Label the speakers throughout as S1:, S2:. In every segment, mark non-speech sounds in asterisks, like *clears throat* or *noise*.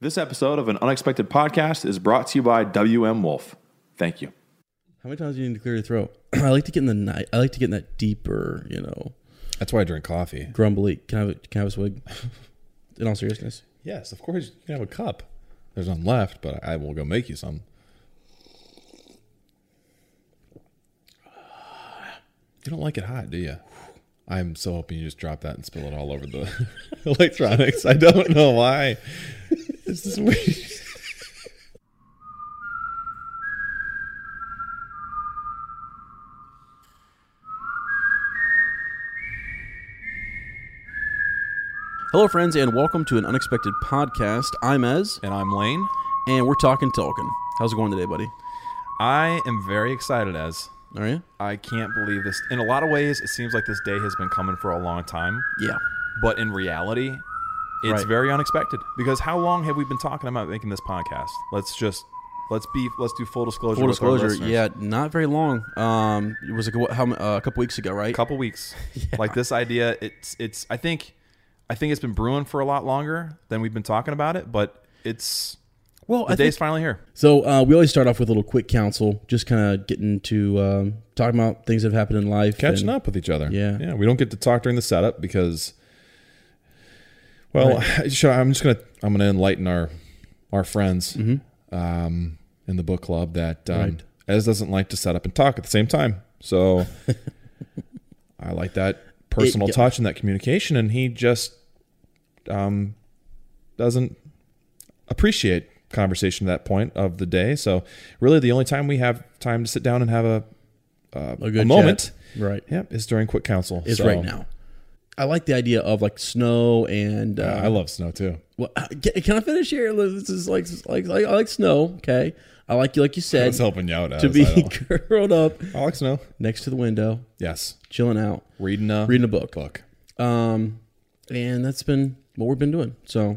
S1: This episode of an unexpected podcast is brought to you by WM Wolf. Thank you.
S2: How many times do you need to clear your throat? *clears throat* I like to get in the night. I like to get in that deeper, you know,
S3: That's why I drink coffee.
S2: grumbly. Can I have a, can I have a swig? *laughs* In all seriousness,
S3: Yes, of course. You can have a cup. There's none left, but I will go make you some. You don't like it hot, do you? I'm so hoping you just drop that and spill it all over the *laughs* electronics. I don't know why. It's just weird.
S2: hello friends, and welcome to an unexpected podcast. I'm Ez,
S3: And I'm Lane.
S2: and we're talking Tolkien. How's it going today, buddy?
S3: I am very excited as
S2: Are you?
S3: I can't believe this. In a lot of ways, it seems like this day has been coming for a long time,
S2: Yeah.
S3: but in reality, it's
S2: Right.
S3: very unexpected because how long have we been talking about making this podcast? Let's just let's be let's do full disclosure.
S2: Full
S3: with our
S2: disclosure,
S3: listeners.
S2: yeah, not very long. Um, it was like what, how, uh, a couple weeks ago, right?
S3: couple
S2: *laughs*
S3: weeks. Like this idea, it's it's I think I think it's been brewing for a lot longer than we've been talking about it, but it's
S2: well,
S3: the
S2: I
S3: day's
S2: think,
S3: finally here.
S2: so uh, we always start off with a little quick counsel, just kind of getting to um, talking about things that have happened in life,
S4: catching
S2: and-
S4: up with each other.
S2: Yeah.
S4: yeah. We don't get to talk during the setup because, well, should I, I'm just gonna I'm gonna enlighten our our friends um, in the book club that um,
S2: Mm-hmm. Right.
S4: Ez doesn't like to set up and talk at the same time.
S2: *laughs*
S4: So I like that personal
S2: yeah.
S4: touch and that communication, and he just um, doesn't appreciate conversation at that point of the day. So really, the only time we have time to sit down and have a uh,
S2: A
S4: a,
S2: good chat.
S4: moment.
S2: right?
S4: Yep, it's during quick counsel.
S2: Is
S4: so-
S2: right now. I like the idea of like snow and uh,
S4: Yeah, I love snow too.
S2: Well, can, can I finish here? This is like, like, like, I like snow. Okay, I like you, like you
S4: I
S2: said,
S4: was helping you out.
S2: to
S4: To
S1: *laughs*
S2: be
S4: I, don't-
S2: *laughs* curled up
S4: I like snow.
S2: next to the window,
S4: Yes,
S2: chilling out,
S4: reading a
S2: reading a book.
S4: book.
S2: Um, and that's been what we've been doing. So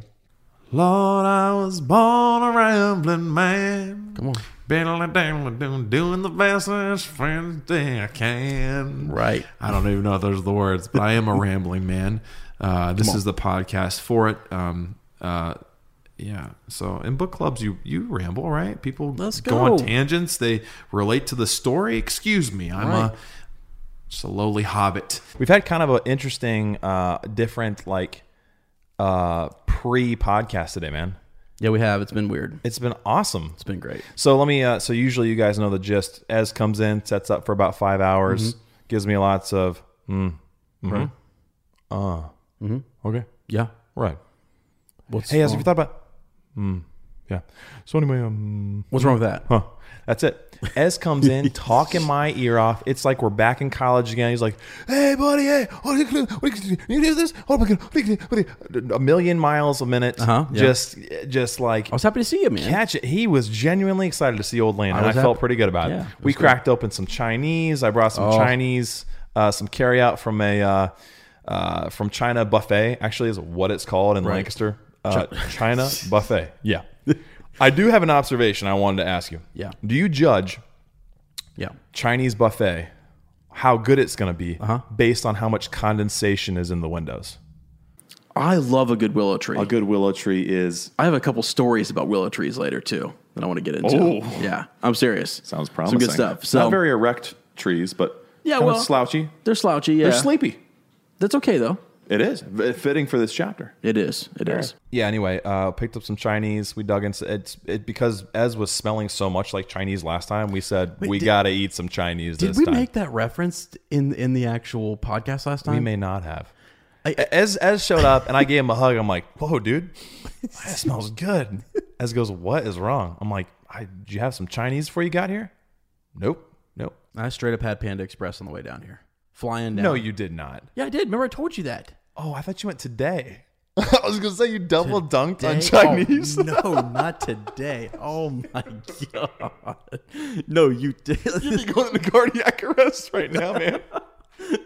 S1: Lord, I was born a rambling man.
S2: come on,
S1: Been down, doing the best friend thing I can.
S2: right?
S1: I don't even know if those are the words, but I am a rambling man. Uh, this is the podcast for it. Um, uh, yeah. So in book clubs, you you ramble, right? People
S2: Let's
S1: on
S2: go.
S1: tangents. They relate to the story. Excuse me, I'm
S2: Right.
S1: a just a lowly hobbit.
S3: We've had kind of an interesting uh different like uh pre-podcast today, man.
S2: Yeah, we have. It's been weird.
S3: It's been awesome.
S2: It's been great.
S3: So let me. Uh, so usually you guys know the gist. Ez comes in, sets up for about five hours,
S1: Mm-hmm.
S3: gives me lots of mm, mm-hmm, uh, okay,
S2: Yeah.
S3: right.
S2: What's
S3: Hey, Ez, have
S2: wrong?
S3: you thought about? Mm, yeah. So anyway, um,
S2: what's wrong with that?
S3: huh? That's it. Ez comes
S2: *laughs*
S3: in, talking my ear off. It's like we're back in college again. He's like, "Hey, buddy, hey, what are you gonna do? What are you gonna do? You do this? Oh my god, what are you gonna do? What are you-" a million miles a minute.
S2: Uh-huh, yeah.
S3: Just, just like
S2: I was happy to see you, man.
S3: catch it. He was genuinely excited to see Old Land, and I
S2: was
S3: felt
S2: happy.
S3: pretty good about it.
S2: Yeah, it Oh.
S3: we cracked open some Chinese. I brought some Chinese, uh, some carryout from a uh, uh, from China buffet. Actually, is what it's called in Lancaster, uh,
S2: *laughs*
S3: China buffet. Yeah, I do have an observation I wanted to ask you.
S2: Yeah.
S3: do you judge
S2: *laughs* Yeah.
S3: Chinese buffet how good it's going to be
S2: Uh-huh.
S3: based on how much condensation is in the windows?
S5: I love a good willow tree.
S3: good willow tree is
S5: I have a couple stories about willow trees later too that I want to get into. Yeah, I'm serious.
S6: Sounds
S5: Some
S6: promising.
S5: good stuff. So
S6: not very erect trees, but
S5: Yeah,
S6: kind
S5: well,
S6: of slouchy.
S5: they're slouchy. Yeah,
S6: They're sleepy.
S5: That's okay though.
S6: It is v- fitting for this chapter.
S5: It is. It is.
S3: yeah anyway uh picked up some chinese we dug into it's it because ez was smelling so much like chinese last time we said we
S2: did-
S3: gotta eat some chinese
S2: Did
S3: this
S2: we
S3: time
S2: make that reference in in the actual podcast last time?
S3: we may not have Ez, Ez showed up and I gave him a hug. I'm like, "Whoa,
S7: *laughs*
S3: dude, that smells good." Ez goes, "What is wrong?" I'm like, I, "Did you have some Chinese before you got here?" Nope, nope.
S2: I straight up had Panda Express on the way down here, flying down.
S7: Oh.
S3: No, you did not.
S2: Yeah, I did. Remember, I told you that.
S3: Oh, I thought you went today.
S7: *laughs* I was gonna say you double dunked on
S2: Today? Oh,
S7: Chinese.
S2: no, not today. Oh my god. No, you
S7: You'd be
S2: did.
S7: going into cardiac arrest right now, man.
S2: *laughs*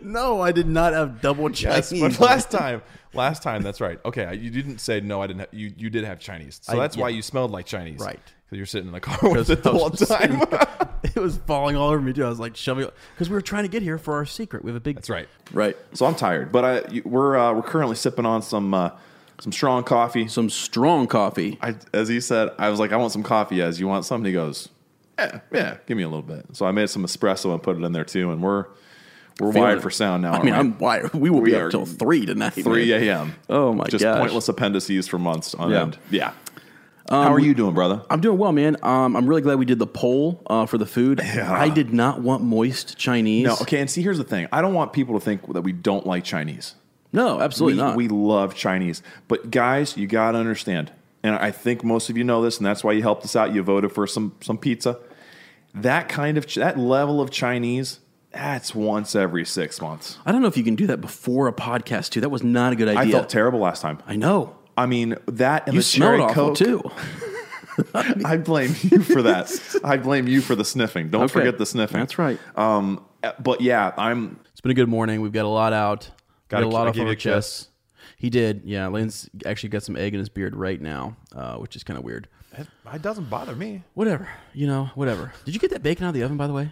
S2: No, I did not have double
S7: Yes,
S2: Chinese.
S7: but *laughs*
S8: *laughs*
S7: last time, last time, that's right. Okay, I- you didn't say no. I didn't. Have, you you did have Chinese, so
S2: I-
S7: that's why
S2: yeah.
S7: you smelled like Chinese,
S2: Right.
S7: Because you're sitting in the car *laughs*
S2: *laughs*
S7: with it the
S2: I was
S7: whole time. *laughs*
S9: *laughs*
S2: *laughs* it was falling all over me too. I was like shoving because we were trying to get here for our secret. We have a big.
S7: that's right.
S8: Right.
S9: So I'm tired, but I you- we're uh, we're currently sipping on some uh, some strong coffee. So
S8: Some strong coffee.
S9: I, as he said, I was like, I want some coffee. As you want some, And he goes, yeah, yeah, give me a little bit. So I made some espresso and put it in there too, and we're we're
S8: Feeling
S9: wired
S8: it.
S9: for sound now.
S8: I mean, I'm
S9: aren't we?
S8: wired. We will
S9: We
S8: be
S9: are
S8: up till three tonight. man.
S9: three a.m.
S8: Oh my
S9: just
S8: gosh.
S9: pointless appendices for months on
S8: Yeah. Um,
S9: end. Yeah. How are you doing, brother?
S8: I'm doing well, man. Um, I'm really glad we did the poll uh, for the food. I did not want moist Chinese.
S9: No, okay. And see, here's the thing. I don't want people to think that we don't like Chinese.
S8: No, absolutely
S9: we,
S8: not.
S9: We love Chinese. But guys, you got to understand, and I think most of you know this, and that's why you helped us out. You voted for some some pizza. That kind of that level of Chinese, that's once every six months.
S8: I don't know if you can do that before a podcast too. That was not a good
S9: I
S8: idea.
S9: felt terrible last time.
S8: I know.
S9: I mean that and
S8: You
S9: the cherry
S8: smelled awful
S9: coke
S8: too.
S9: I blame you
S8: *laughs*
S9: for that. I blame you for the sniffing. Don't
S8: Okay.
S9: forget the sniffing.
S8: That's right.
S9: Um, but yeah, I'm
S2: It's been a good morning. We've got a lot out. Got
S7: Gotta-
S2: a lot
S7: I
S2: off
S7: give
S2: of
S7: you
S2: our
S7: a kiss.
S2: chests. He did. Yeah, Lane's actually got some egg in his beard right now, uh, which is kind of weird.
S3: It, it doesn't bother me.
S2: Whatever. You know, whatever. Did you get that bacon out of the oven, by the way?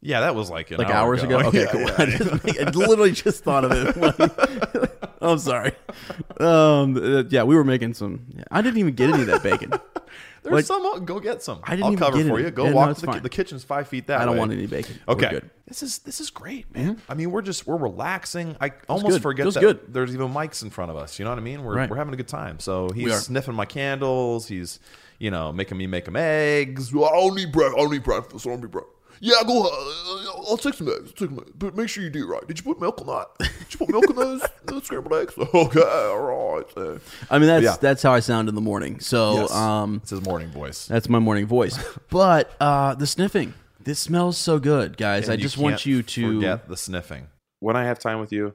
S3: Yeah, that was like an
S2: Like
S3: hour
S2: hours ago?
S7: *laughs*
S2: Okay, cool. *laughs* I, just, I literally just thought of it. *laughs* Like, *laughs* I'm sorry. Um, uh, yeah, we were making some. yeah, I didn't even get any of that bacon.
S3: There's
S2: Like-
S3: some. out- Go get some.
S2: I didn't
S3: I'll
S2: even
S3: cover
S2: get
S3: for
S2: any.
S3: you. Go
S2: Yeah, no,
S3: walk. to
S2: it's
S3: the, ki-
S2: fine.
S3: the kitchen's five feet that way.
S2: I don't want any bacon. We're
S3: Okay.
S2: good.
S3: This is this is great, man. I mean, we're just we're relaxing. I almost
S2: good.
S3: forget
S2: Feels
S3: that
S2: good.
S3: there's even mics in front of us. You know what I mean? We're
S2: Right.
S3: we're having a good time. So
S2: We
S3: he's
S2: are.
S3: sniffing my candles. He's you know making me make him eggs. Well, I don't need bread. I don't need breakfast. I don't need bread. Yeah, go. Uh, I'll take some eggs. I'll take some eggs. But make sure you do it right. Did you put milk or not? Did you put milk in
S2: *laughs*
S3: those, those scrambled eggs? Okay, all right. Uh,
S2: I mean, that's
S3: Yeah.
S2: that's how I sound in the morning. So, um,
S3: it's his morning voice.
S2: That's my morning voice. *laughs* But uh, the sniffing, this smells so good, guys.
S3: And
S2: I
S3: you
S2: just
S3: can't
S2: want you to.
S3: forget the sniffing.
S9: when I have time with you,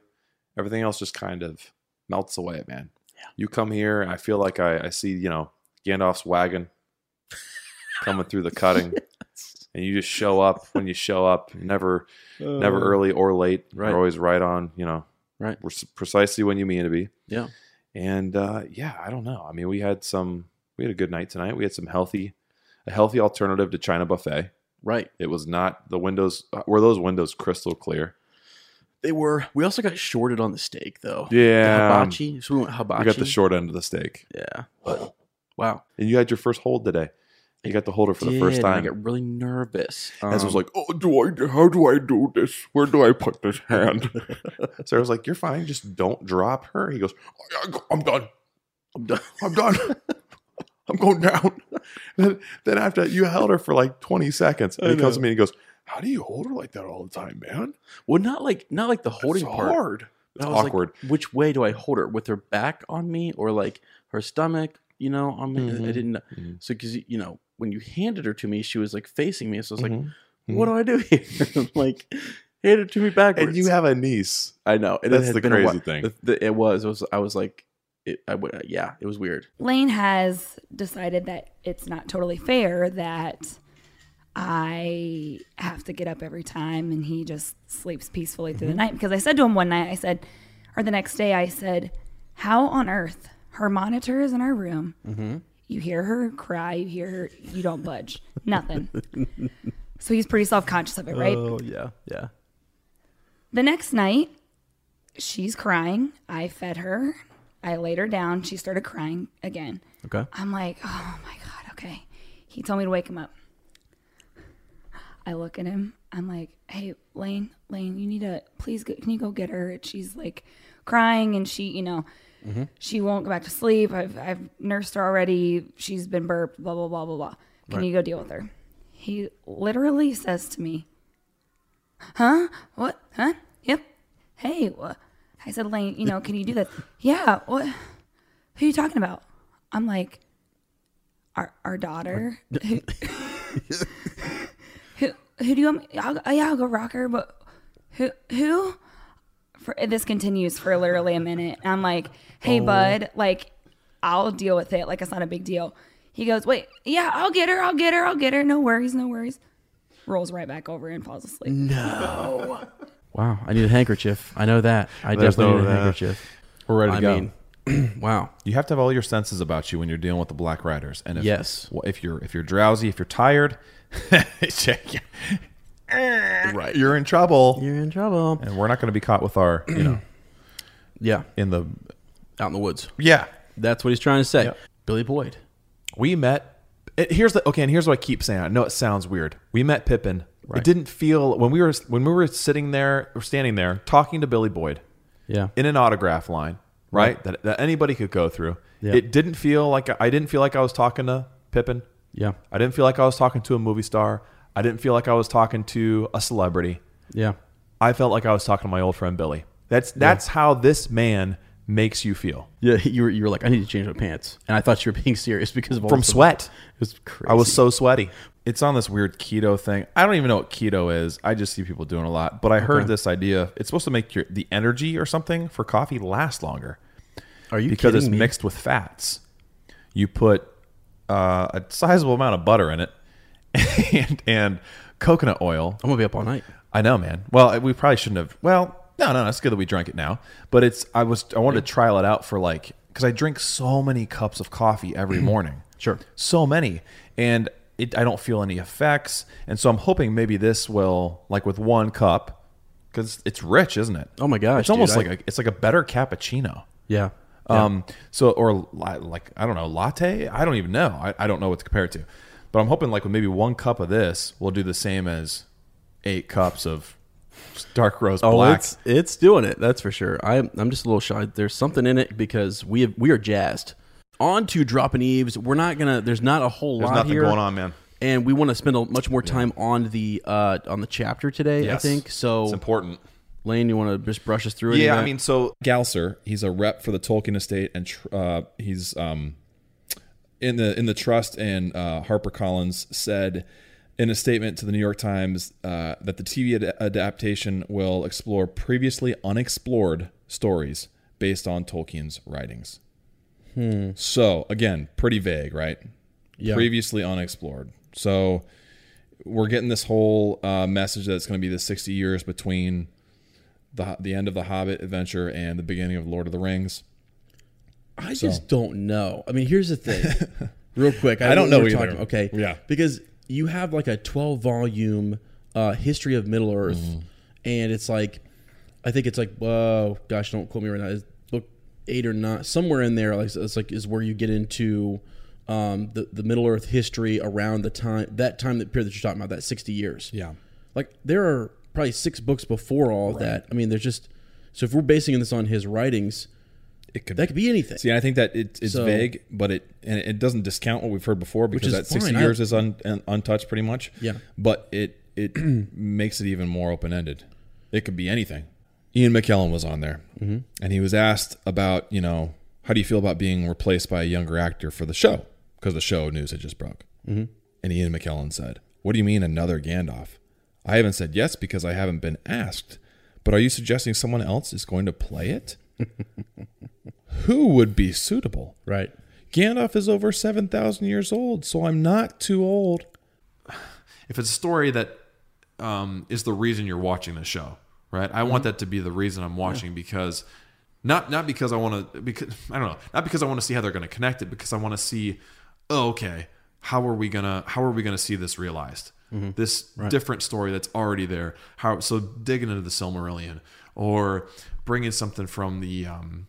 S9: everything else just kind of melts away, man. Yeah. You come here, and I feel like I, I see, you know, Gandalf's wagon coming through
S2: *laughs*
S9: the cutting. And you just show up when you show up, You're never never early or late.
S2: Uh. Right.
S9: You're always right on, you know,
S2: Right.
S9: we're s- precisely when you mean to be.
S2: Yeah.
S9: And uh, yeah, I don't know. I mean, we had some we had a good night tonight. We had some healthy a healthy alternative to China buffet.
S2: Right.
S9: It was not the windows uh, were those windows crystal clear.
S2: They were. We also got shorted on the steak, though.
S9: Yeah.
S2: The hibachi. So we went hibachi.
S9: We got the short end of the steak.
S2: Yeah. But, wow.
S9: And you had your first hold today. You got the holder for the first
S2: Did, and
S9: time.
S2: I got really nervous.
S9: As I
S2: Um,
S9: was like, oh, do I? How do I do this? Where do I put this hand? *laughs* so I was like, you're fine. Just don't drop her. He goes, "I- I- I'm done. I'm done. *laughs* I'm done. I'm going down. Then, then after that, you held her for like 20 seconds, and he comes to me and he goes, how do you hold her like that all the time, man?
S2: well, not like not like the
S9: "Oh." It's
S2: holding part.
S9: hard.
S2: but
S9: It's
S2: I was like,
S9: awkward.
S2: which way do I hold her? With her back on me or like her stomach? You know, on me. I didn't. know.
S9: Mhm.
S2: So because you know when you handed her to me, she was like facing me. So I was like,
S9: Mhm.
S2: what do I do here? *laughs* I'm like, hand it to me backwards.
S9: and you have a niece.
S2: I know. And it
S9: That's
S2: had
S9: the
S2: been a
S9: crazy
S2: while.
S9: thing.
S2: The- the- it was. It was. I was like, it, I w- yeah, it was weird.
S10: Lane has decided that it's not totally fair that I have to get up every time and he just sleeps peacefully through the night. Because I said to him one night, I said, or the next day, I said, How on earth? Her monitor is in her room. You hear her cry, you hear her, you don't budge, nothing. *laughs* so he's pretty self conscious of it, right?
S2: yeah, yeah.
S10: The next night, she's crying. I fed her. I laid her down. She started crying again.
S2: Okay.
S10: I'm like, oh my God, okay. He told me to wake him up. I look at him. I'm like, hey, Lane, Lane, you need to please go, can you go get her? She's like crying and she, you know, she won't go back to sleep. I've, I've nursed her already. She's been burped, blah, blah, blah, blah, blah. Can you go deal with her? He literally says to me, huh? What? Huh? Yep. Hey, what? I said, Lane, you know, can you do that? yeah. What? Who are you talking about? I'm like, our, our daughter. *laughs* who, who, who do you want me? I'll, oh, yeah, I'll go rock her, but who? Who? for this continues for literally a minute. And I'm like, hey, bud, like, I'll deal with it. Like, it's not a big deal. He goes, wait, yeah, I'll get her. I'll get her. I'll get her. No worries. No worries. Rolls right back over and falls asleep.
S2: Wow, I need a handkerchief. I know that. I definitely
S3: no,
S2: need a
S3: uh,
S2: handkerchief.
S3: We're ready to
S2: I
S3: go.
S2: mean, *clears throat* wow.
S3: You have to have all your senses about you when you're dealing with the black riders. And if,
S2: Yes.
S3: well, if you're if you're drowsy, if you're tired, *laughs* check your-
S2: Right.
S3: you're in trouble.
S2: You're in trouble.
S3: and we're not going to be caught with our, you know,
S2: Yeah,
S3: in the
S2: out in the woods.
S3: yeah.
S2: That's what he's trying to say. Billy Boyd.
S3: We met. It, here's the okay, and here's what I keep saying. I know it sounds weird. We met Pippin. It didn't feel when we were when we were sitting there or standing there talking to Billy Boyd
S2: Yeah.
S3: in an autograph line, right? That, that anybody could go through.
S2: Yeah.
S3: It didn't feel like I didn't feel like I was talking to Pippin.
S2: yeah.
S3: I didn't feel like I was talking to a movie star. I didn't feel like I was talking to a celebrity.
S2: Yeah.
S3: I felt like I was talking to my old friend Billy. That's that's how this man makes you feel.
S2: Yeah. *laughs* You were you were like, I need to change my pants, and I thought you were *laughs* being serious because of all
S3: From
S2: the-
S3: sweat.
S2: It was crazy.
S3: I was so sweaty. It's on this weird keto thing. I don't even know what keto is. I just see people doing a lot. But I heard this idea. It's supposed to make your the energy or something for coffee last longer
S2: Are you
S3: because it's
S2: kidding me?
S3: mixed with fats. You put uh, a sizable amount of butter in it *laughs* and and coconut oil.
S2: I'm gonna be up all night.
S3: I know, man. Well, we probably shouldn't have. Well, no, no, no. It's good that we drank it now. But it's I was I wanted to trial it out for like because I drink so many cups of coffee
S2: *clears throat*
S3: every morning.
S2: Sure.
S3: so many, and it I don't feel any effects, and so I'm hoping maybe this will like with one cup because it's rich, isn't it?
S2: Oh my gosh,
S3: it's almost
S2: dude, I-
S3: like a, it's like a better cappuccino.
S2: Yeah.
S3: Um, so or li- like I don't know latte. I don't even know. I, I don't know what to compare it to, but I'm hoping like with maybe one cup of this will do the same as eight cups of dark roast
S2: Oh,
S3: black.
S2: it's it's doing it. That's for sure. I'm I'm just a little shy. There's something in it because we have, we are jazzed. On to dropping eaves. We're not gonna. There's not a whole
S3: There's
S2: lot
S3: nothing
S2: here.
S3: going on, man.
S2: And we want to spend a, much more time on the uh, on the chapter today.
S3: Yes.
S2: I think so.
S3: It's important.
S2: Lane, you want to just brush us through it?
S3: Yeah, I mean, so
S4: Galser. He's a rep for the Tolkien Estate, and tr- uh, he's um, in the in the trust. And uh, HarperCollins said in a statement to the New York Times uh, that the TV ad- adaptation will explore previously unexplored stories based on Tolkien's writings. So again, pretty vague, right? Previously unexplored. So we're getting this whole uh, message that it's going to be the 60 years between the the end of the Hobbit adventure and the beginning of Lord of the Rings.
S2: I just don't know. I mean, here's
S4: *laughs*
S2: the thing, real quick.
S4: I don't know
S2: we're
S4: either.
S2: talking- okay,
S4: Yeah.
S2: because you have like a 12 volume uh, history of Middle Earth,
S4: Mm-hmm.
S2: and it's like, I think it's like, whoa, gosh, don't quote me right now. It's book eight or not somewhere in there? Like it's like is where you get into um, the the Middle Earth history around the time that time that period that you're talking about, that 60 years.
S4: Yeah.
S2: like there are probably six books before all of that. I mean, there's just so if we're basing this on his writings,
S4: It could
S2: that could be anything.
S4: See, I think that it, it's
S2: So-
S4: vague, but it and it doesn't discount what we've heard before because
S2: is
S4: that 60
S2: fine. I-
S4: years is un, un, untouched pretty much.
S2: Yeah.
S4: But it it *clears throat* makes it even more open ended. It could be anything. Ian McKellen was on there,
S2: Mm-hmm.
S4: and he was asked about you know how do you feel about being replaced by a younger actor for the show because the show news had just broke. And Ian McKellen said, What do you mean another Gandalf? I haven't said yes because I haven't been asked, but are you suggesting someone else is going to play it? *laughs* Who would be suitable?
S2: right.
S4: Gandalf is over 7,000 years old, so I'm not too old.
S3: *sighs* if it's a story that um, is the reason you're watching the show, right? I
S4: Mm-hmm.
S3: want that to be the reason I'm watching because not not because I want to because *laughs* I don't know not because I want to see how they're going to connect it because I want to see oh okay how are we gonna how are we gonna see this realized
S4: Mm-hmm.
S3: this different story that's already there how so digging into the Silmarillion or bringing something from the um,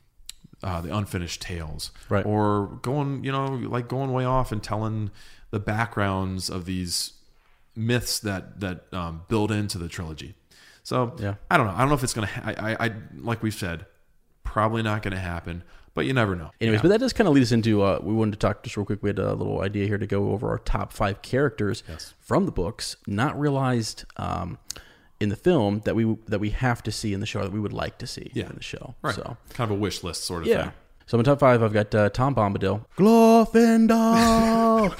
S3: uh, the unfinished tales,
S2: Right.
S3: Or going, you know, like going way off and telling the backgrounds of these myths that that um, build into the trilogy. So
S2: Yeah.
S3: I don't know. I don't know if it's gonna. Ha- I, I I like we've said, probably not gonna happen. But you never know.
S2: Anyways, but that does kind of lead us into. Uh, we wanted to talk just real quick. We had a little idea here to go over our top five characters from the books, not realized um, in the film that we that we have to see in the show that we would like to see in the show.
S3: right?
S2: So
S3: Kind of a wish list sort of
S2: yeah.
S3: thing.
S2: So in top five, I've got uh, Tom Bombadil, *laughs* Glorfindel.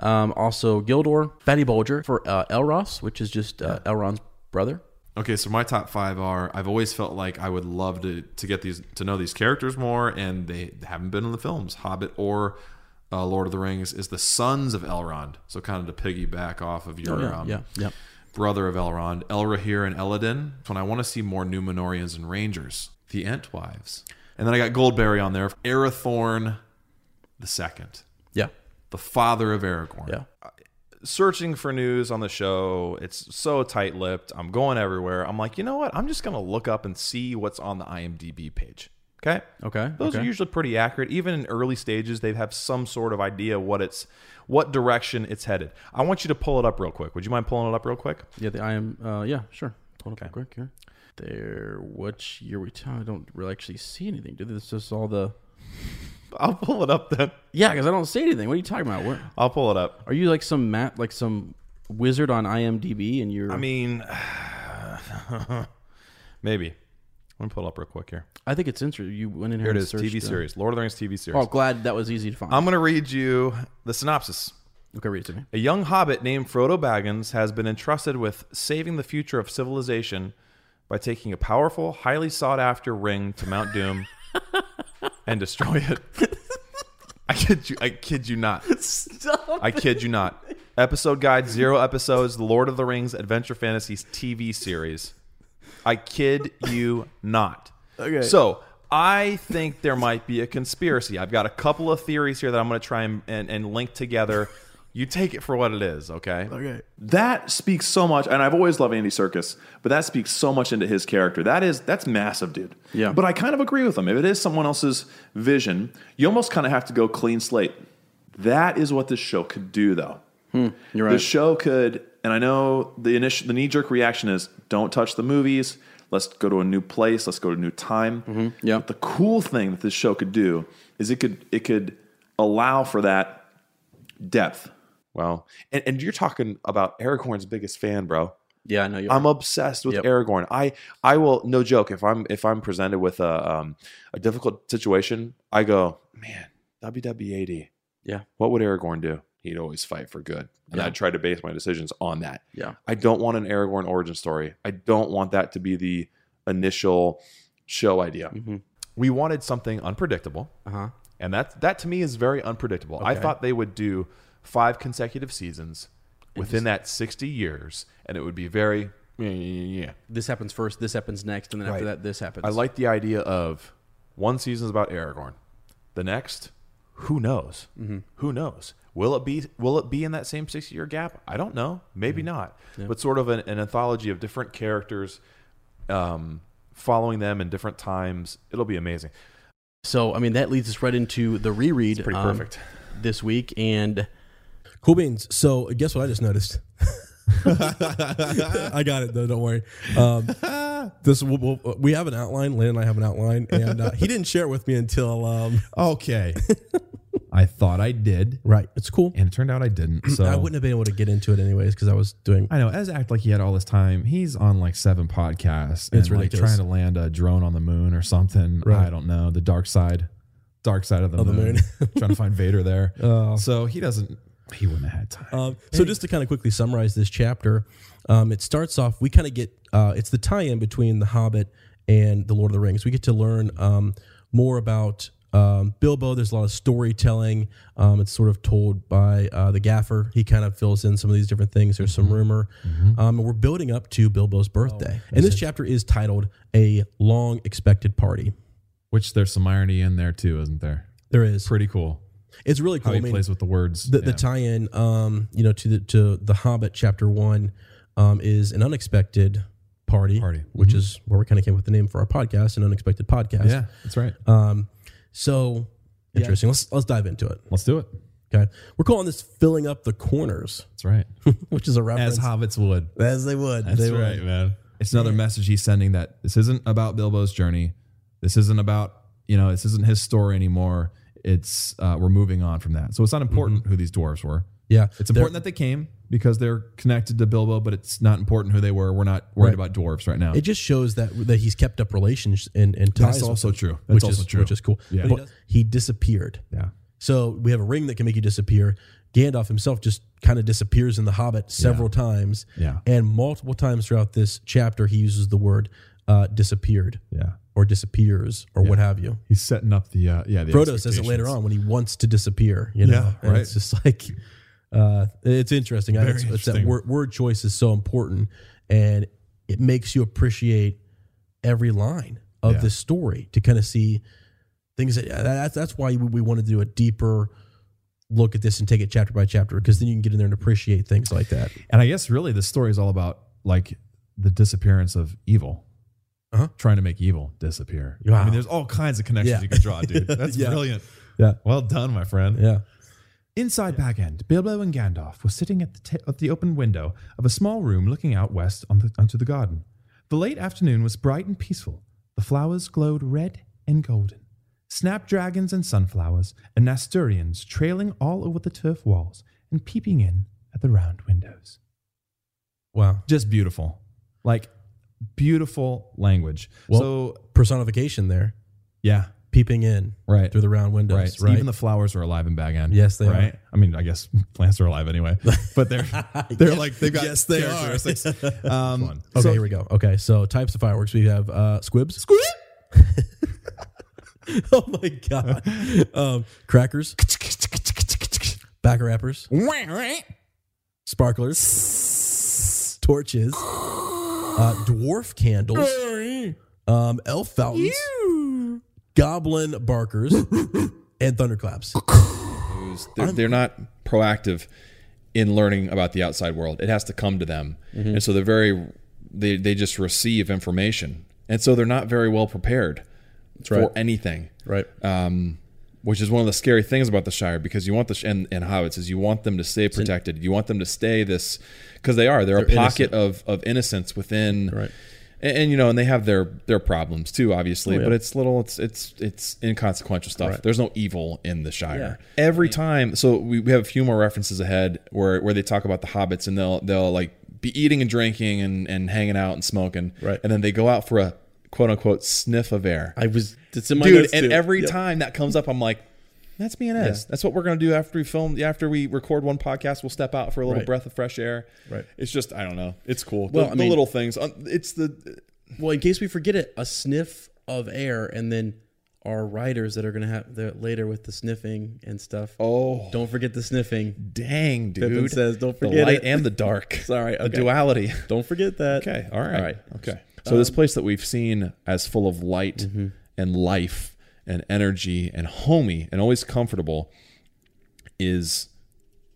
S2: um, also Gildor, Fatty Bulger for uh, Elros, which is just uh, Elrond's brother.
S11: Okay, so my top five are I've always felt like I would love to to get these to know these characters more, and they haven't been in the films. Hobbit or uh, Lord of the Rings is the sons of Elrond, so kind of to piggyback off of your um,
S2: Oh, yeah, yeah.
S11: brother of Elrond, Elrahir and Eladin. When I want to see more Numenorians and Rangers, the Entwives, and then I got Goldberry on there, Arathorn the second,
S2: Yeah.
S11: the father of Aragorn.
S2: Yeah.
S9: searching for news on the show. It's so tight lipped. I'm going everywhere. I'm like, you know what? I'm just going to look up and see what's on the IMDb page. Okay.
S2: Okay,
S9: Those
S2: okay.
S9: are usually pretty accurate. Even in early stages, they have some sort of idea what it's, what direction it's headed. I want you to pull it up real quick. Would you mind pulling it up real quick?
S2: Yeah, the I am. Uh, yeah, sure. Hold up real quick here. There. Which year we? I don't really actually see anything. Do this just all the?
S9: I'll pull it up then.
S2: Yeah, because I don't see anything. What are you talking about? Where,
S9: I'll pull it up.
S2: are you like some mat like some wizard on IMDb and you're?
S9: I mean, *sighs* maybe. Let me pull it up real quick here.
S2: I think it's interesting. You went in here.
S9: Here it
S2: and
S9: is. TV
S2: searched, uh,
S9: series, Lord of the Rings TV series.
S2: Oh, glad that was easy to find.
S9: I'm going to read you the synopsis.
S2: okay, read it to me.
S9: A young hobbit named Frodo Baggins has been entrusted with saving the future of civilization by taking a powerful, highly sought after ring to Mount Doom and destroy it. I kid you I kid you not. I kid you not. Episode guide, zero episodes, the Lord of the Rings Adventure Fantasies TV series. I kid you not. Okay. So I think there might be a conspiracy. I've got a couple of theories here that I'm going to try and, and, and link together. You take it for what it is, okay?
S12: Okay.
S13: That speaks so much, and I've always loved Andy Circus, but that speaks so much into his character. That is that's massive, dude.
S2: Yeah.
S13: But I kind of agree with him. If it is someone else's vision, you almost kind of have to go clean slate. That is what this show could do, though.
S2: You're
S13: The
S2: right.
S13: show could, and I know the initial, the knee jerk reaction is don't touch the movies. Let's go to a new place. Let's go to a new time.
S2: Yeah.
S13: But the cool thing that this show could do is it could it could allow for that depth. Well, and, and you're talking about Aragorn's biggest fan, bro.
S2: yeah, I know you.
S13: I'm obsessed with
S2: Yep.
S13: Aragorn. I I will no joke if I'm if I'm presented with a um, a difficult situation, I go, man, WWAD.
S2: Yeah.
S13: What would Aragorn do? He'd always fight for good. And
S2: Yeah.
S13: I'd try to base my decisions on that.
S2: Yeah.
S13: I don't want an Aragorn origin story. I don't want that to be the initial show idea.
S9: We wanted something unpredictable.
S2: Mm-hmm. Uh-huh.
S9: And that, that to me is very unpredictable. I thought they would do five consecutive seasons within that 60 years, and it would be very, yeah, yeah, yeah.
S2: This happens first. This happens next, and then after that, this happens.
S9: I like the idea of one season's about Aragorn. The next, who knows?
S14: Mm-hmm.
S9: Who knows? Will it be will it be in that same 60 year gap? I don't know. Maybe
S14: Mm-hmm.
S9: not. But sort of an, an anthology of different characters um, following them in different times. It'll be amazing.
S2: So, I mean, that leads us right into the reread.
S9: pretty
S2: um,
S9: perfect.
S2: This week, and
S14: Cool beans. So guess what I just noticed? I got it though. Don't worry. Um, this we'll, we'll- we have an outline. Lynn and I have an outline, and uh, he didn't share it with me until um,
S3: Okay. *laughs* I thought I did,
S14: right. It's cool.
S3: and it turned out I didn't. So
S14: *clears throat* I wouldn't have been able to get into it anyways because I was doing.
S3: I know. As act like he had all this time. He's on like seven podcasts and
S14: It's
S3: like
S14: ridiculous.
S3: trying to land a drone on the moon or something.
S14: Right.
S3: I don't know. The dark side, dark side of the
S14: Of the
S3: moon.
S14: moon.
S3: *laughs* trying to find Vader there.
S14: *laughs* Oh.
S3: so he doesn't. He wouldn't have had time.
S14: Um, so just to kind of quickly summarize this chapter, um, it starts off. We kind of get uh, it's the tie-in between The Hobbit and The Lord of the Rings. We get to learn um, more about um, Bilbo. There's a lot of storytelling. Um, it's sort of told by uh, the Gaffer. He kind of fills in some of these different things. There's
S3: Mm-hmm.
S14: some rumor, um, and we're building up to Bilbo's birthday.
S3: Oh,
S14: and this chapter is titled "A Long Expected Party."
S3: Which there's some irony in there too, isn't there?
S14: There is.
S3: Pretty cool.
S14: It's really cool.
S3: How he
S14: I mean,
S3: plays with the words.
S14: the, the
S3: Yeah.
S14: tie-in um you know to the to the hobbit chapter one um is an unexpected party
S3: Party. Mm-hmm.
S14: which is where we kind of came up with the name for our podcast an unexpected podcast
S3: Yeah, that's right.
S14: um so interesting let's let's dive into it
S3: Let's do it.
S14: okay we're calling this filling up the corners *laughs*
S3: That's right.
S14: which is a
S3: As
S14: reference
S3: hobbits would.
S14: as they would
S3: That's
S14: they
S3: right,
S14: would.
S3: man. It's another message he's sending that this isn't about Bilbo's journey. This isn't about you know this isn't his story anymore. It's uh, we're moving on from that. So it's not important who these dwarves were.
S14: yeah
S3: It's
S14: Mm-hmm. They're-
S3: important that they came because they're connected to Bilbo, but it's not important who they were. We're not worried about dwarves right now.
S14: it just shows that that he's kept up relations and and ties
S3: That's
S14: with
S3: also
S14: them,
S3: true. That's
S14: which
S3: also
S14: is
S3: true.
S14: which is cool
S3: Yeah.
S14: But he disappeared
S3: yeah,
S14: So we have a ring that can make you disappear. Gandalf himself just kind of disappears in The Hobbit several times.
S9: Yeah.
S14: And multiple times throughout this chapter, he uses the word uh, disappeared.
S9: Yeah.
S14: Or disappears or what
S9: Yeah.
S14: have you.
S9: He's setting up the uh, yeah. The
S14: Frodo says it later
S9: expectations.
S14: on when he wants to disappear. You know,
S9: Yeah,
S14: And
S9: right.
S14: It's just *laughs* like uh, it's interesting. I-
S9: Very
S14: it's, it's that
S9: interesting.
S14: word, word choice is so important, and it makes you appreciate every line of
S9: Yeah.
S14: this story to kind of see things that that's, that's why we, we want to do a deeper look at this and take it chapter by chapter because then you can get in there and appreciate things like that.
S9: And I guess really the story is all about like the disappearance of evil.
S14: Uh-huh.
S9: Trying to make evil disappear. I
S14: Wow.
S9: mean, there's all kinds of connections
S14: Yeah.
S9: you can draw, dude. That's
S14: *laughs* Yeah.
S9: brilliant.
S14: Yeah.
S9: Well done, my friend.
S14: Yeah.
S9: Inside back end, Bilbo and Gandalf were sitting at the, t- at the open window of a small room looking out west on the, onto the garden. The late afternoon was bright and peaceful. The flowers glowed red and golden. Snapdragons and sunflowers and nasturtiums trailing all over the turf walls and peeping in at the round windows.
S14: Wow.
S9: Just beautiful. Like, beautiful language.
S14: Well,
S9: so,
S14: personification there,
S9: yeah.
S14: peeping in
S9: Right.
S14: through the round windows.
S9: Right. So
S14: *laughs*
S9: Even the flowers are alive in bag end.
S14: Yes, they are.
S9: right? I mean, I guess *laughs* plants are alive
S14: *laughs*
S9: anyway, but they're they're like they've got
S14: Yes, they are. *laughs*
S9: characteristics. Um,
S14: Okay,
S9: so-
S14: here we go. Okay, so types of fireworks. We have uh, squibs. Squib. *laughs* oh my god. Um, crackers. Backer wrappers. Sparklers. Torches. Uh, dwarf candles. Um, elf fountains. Goblin barkers. and thunderclaps.
S3: Who's- They're, they're not proactive in learning about the outside world. It has to come to them,
S14: Mm-hmm.
S3: and so they're very they they just receive information, and so they're not very well prepared
S14: right.
S3: for anything.
S14: Right.
S3: Um, which is one of the scary things about the Shire because you want the sh- and, and hobbits is you want them to stay protected. You want them to stay this because they are they're, a
S14: They're
S3: pocket of of innocence within.
S14: Right.
S3: And, and, you know, and they have their their problems too,
S14: Oh,
S3: obviously. But it's little, it's it's it's inconsequential stuff. There's no evil in the Shire. Every time, so we, we have a few more references ahead where where they talk about the hobbits and they'll they'll like be eating and drinking and and hanging out and smoking.
S2: Right.
S3: And then they go out for a quote unquote sniff of air
S2: I was. It's in my
S3: dude
S2: notes
S3: and
S2: too.
S3: every
S2: Yep.
S3: time that comes up i'm like that's bns that's what we're gonna do after we film after we record one podcast we'll step out for a little
S2: Right.
S3: breath of fresh air
S2: Right.
S3: it's just i don't know it's cool
S2: Well,
S3: the,
S2: I
S3: the
S2: mean-
S3: little things Um, it's the
S2: Well, in case we forget it, a sniff of air, and then our writers that are going to have the, later with the sniffing and stuff.
S3: oh
S2: Don't forget the sniffing.
S3: dang dude
S2: Pippin says, "Don't
S3: the
S2: forget
S3: light
S2: it."
S3: and the *laughs* dark
S2: Sorry,
S3: the
S2: okay.
S3: duality
S2: Don't forget that.
S3: okay all right,
S2: All right.
S3: okay Um, Mm-hmm. so this place that we've seen as full of light and life and energy and homey and always comfortable is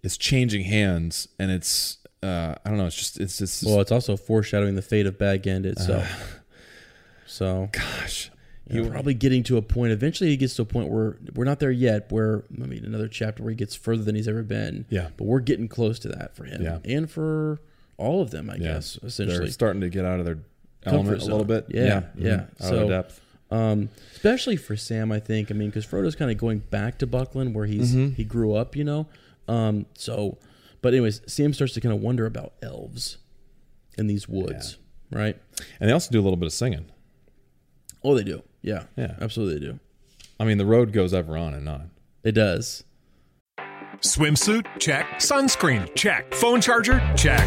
S3: is changing hands and it's uh, I don't know. It's just it's just
S2: Well, it's also foreshadowing the fate of Bad End
S3: Uh.
S2: itself. so,
S3: gosh,
S2: you're probably getting to a point. Eventually, he gets to a point where we're not there yet. Where I mean, another chapter where he gets further than he's ever been.
S3: Yeah.
S2: but we're getting close to that for him.
S3: Yeah.
S2: and for all of them, I
S3: yeah,
S2: guess. Essentially,
S3: they're starting to get out of their element a
S2: zone.
S3: little bit.
S2: Yeah, yeah.
S3: mhm, out
S2: So-
S3: of their depth.
S2: um, especially for Sam, I think. I mean, because Frodo's kind of going back to Buckland where he's he grew up, you know. Um, so, but anyways, Sam starts to kind of wonder about elves in these woods, right?
S3: And they also do a little bit of singing.
S2: Oh, they do. Yeah,
S3: Yeah.
S2: absolutely, they do.
S3: I mean, the road goes ever on and on.
S2: It does.
S15: Swimsuit? Check. Sunscreen? Check. Phone charger? Check.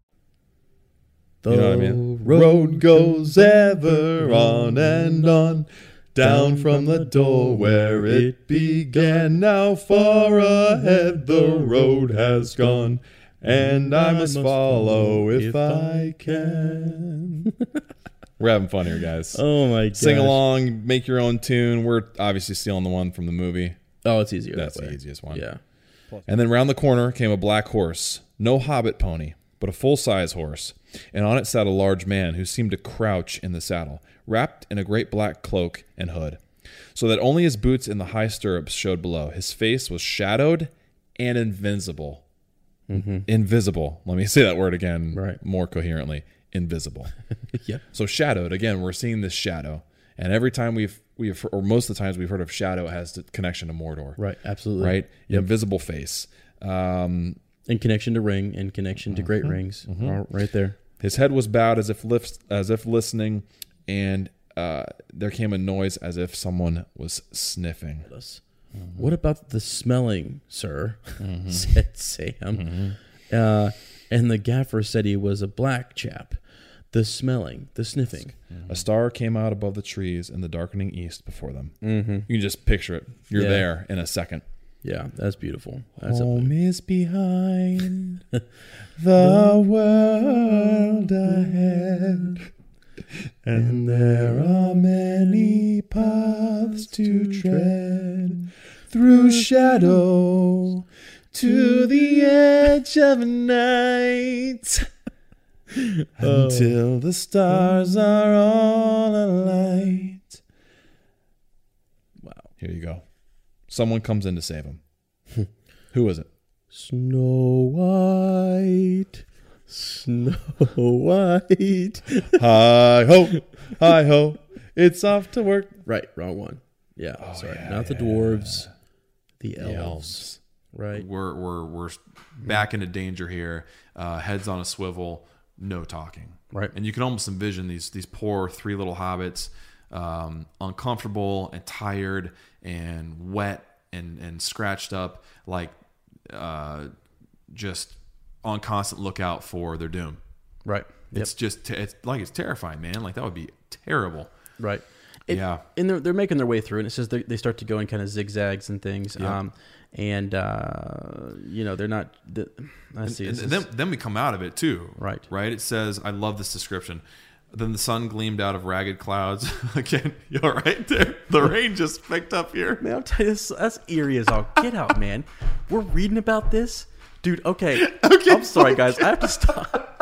S2: The
S3: You know what I mean?
S2: road
S3: goes ever on and on, down from the door where it began. Now far ahead the road has gone, and I must follow if I can. We're having fun here, *laughs* guys.
S2: Oh my god!
S3: Sing along, make your own tune. We're obviously stealing the one from the movie.
S2: Oh, it's easier.
S3: That's
S2: that way.
S3: the easiest one.
S2: Yeah.
S3: And then round the corner came a black horse, no hobbit pony, but a full size horse, and on it sat a large man who seemed to crouch in the saddle, wrapped in a great black cloak and hood, so that only his boots and the high stirrups showed below. His face was shadowed and invincible.
S2: Mhm.
S4: invisible.
S3: *laughs*
S4: Let me say that word again, right. more coherently. Invisible.
S2: *laughs* Yep.
S4: So shadowed again. We're seeing this shadow, and every time we've we've or most of the times we've heard of shadow it has the connection to Mordor.
S2: Right. Absolutely.
S4: Right. Invisible face. Um,
S2: in connection to Ring, in connection to Great
S4: Mhm.
S2: Rings,
S4: Mhm.
S2: All right there.
S4: His head was bowed as if lifts, as if listening, and uh, there came a noise as if someone was sniffing.
S2: What about the smelling, sir? *laughs* said Sam. Uh, and the gaffer said he was a black chap. The smelling, the sniffing.
S4: A star came out above the trees in the darkening east before them.
S2: Mhm.
S4: You can just picture it. You're
S2: Yeah.
S4: there in a second.
S2: Yeah, that's beautiful. That's a, *laughs*
S4: Home is *laughs* behind
S16: the world ahead, and there are many paths to tread through shadow to the edge of
S4: *laughs*
S16: night until the stars are all alight.
S4: Here you go. Someone comes in to save him. Who is it?
S2: Snow White, Snow White. *laughs*
S4: hi ho, hi
S3: *laughs*
S4: ho. It's off to work.
S2: Right, wrong one. Oh, Yeah, sorry. Not the dwarves, the elves. Right.
S9: We're we're we're back into danger here. Uh, heads on a swivel, no talking.
S2: Right.
S9: And you can almost envision these these poor three little hobbits, um, uncomfortable and tired and wet and and scratched up, like uh, just on constant lookout for their doom.
S2: Right.
S9: It's just te- it's like it's terrifying, man. Like that would be terrible.
S2: Right. It-
S9: yeah.
S2: And they're, they're making their way through, and it says they they start to go in kind of zigzags and things.
S9: Yeah.
S2: Um, and, uh, you know, they're not. The, I
S9: And-
S2: see.
S9: And,
S2: this
S9: and
S2: is-
S9: then, then we come out of it too.
S2: Right.
S9: Right. It says, I love this description. Then the sun gleamed out of ragged clouds. *laughs* Again, you're right there. The rain just picked up here.
S2: Man, I'll tell you, this, that's eerie as all get out, man. We're reading about this, dude. Okay,
S9: *laughs*
S2: I'm sorry, guys. I have to stop.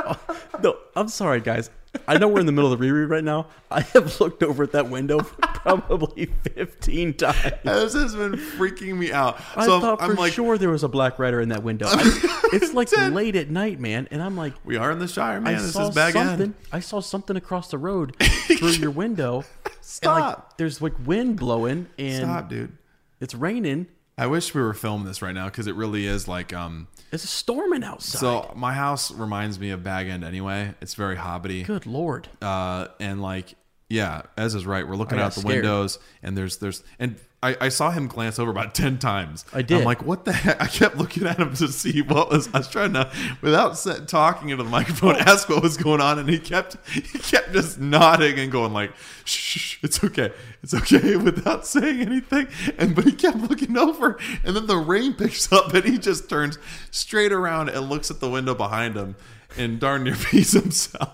S2: *laughs* No, I'm sorry, guys. I know we're in the middle of the reread right now. I have looked over at that window *laughs* probably 15 times.
S9: This has been freaking me out.
S2: I
S9: Uh, So I'm-
S2: thought
S9: I'm
S2: for
S9: like-
S2: sure there was a black rider in that window.
S9: *laughs*
S2: I- it's like late at night, man, and I'm like,
S9: we are in the Shire, man.
S2: I
S9: this
S2: saw
S9: is bag
S2: something.
S9: end.
S2: I saw something across the road
S9: *laughs*
S2: through your window. Stop. And like, there's like wind blowing and
S9: Stop, dude.
S2: It's raining.
S9: I wish we were filming this right now because it really is like um.
S2: It's a storming outside.
S9: So my house reminds me of Bag End anyway. It's very hobbity.
S2: Good lord.
S9: Uh, and like yeah, Ez is right. We're looking
S2: I got
S9: out the
S2: scared.
S9: windows and there's there's and I, I saw him glance over about *laughs* ten times.
S2: I did.
S9: I'm like, what the heck? I kept looking at him to see what was. I was trying to, without sa- talking into the
S2: Oh.
S9: microphone, ask what was going on, and he kept he kept just nodding and going like, shh, shh, it's okay, it's okay, *laughs* without saying anything. And but he kept looking over, and then the rain picks up, and he just turns straight around and looks at the window behind him, and darn near *laughs* pees himself.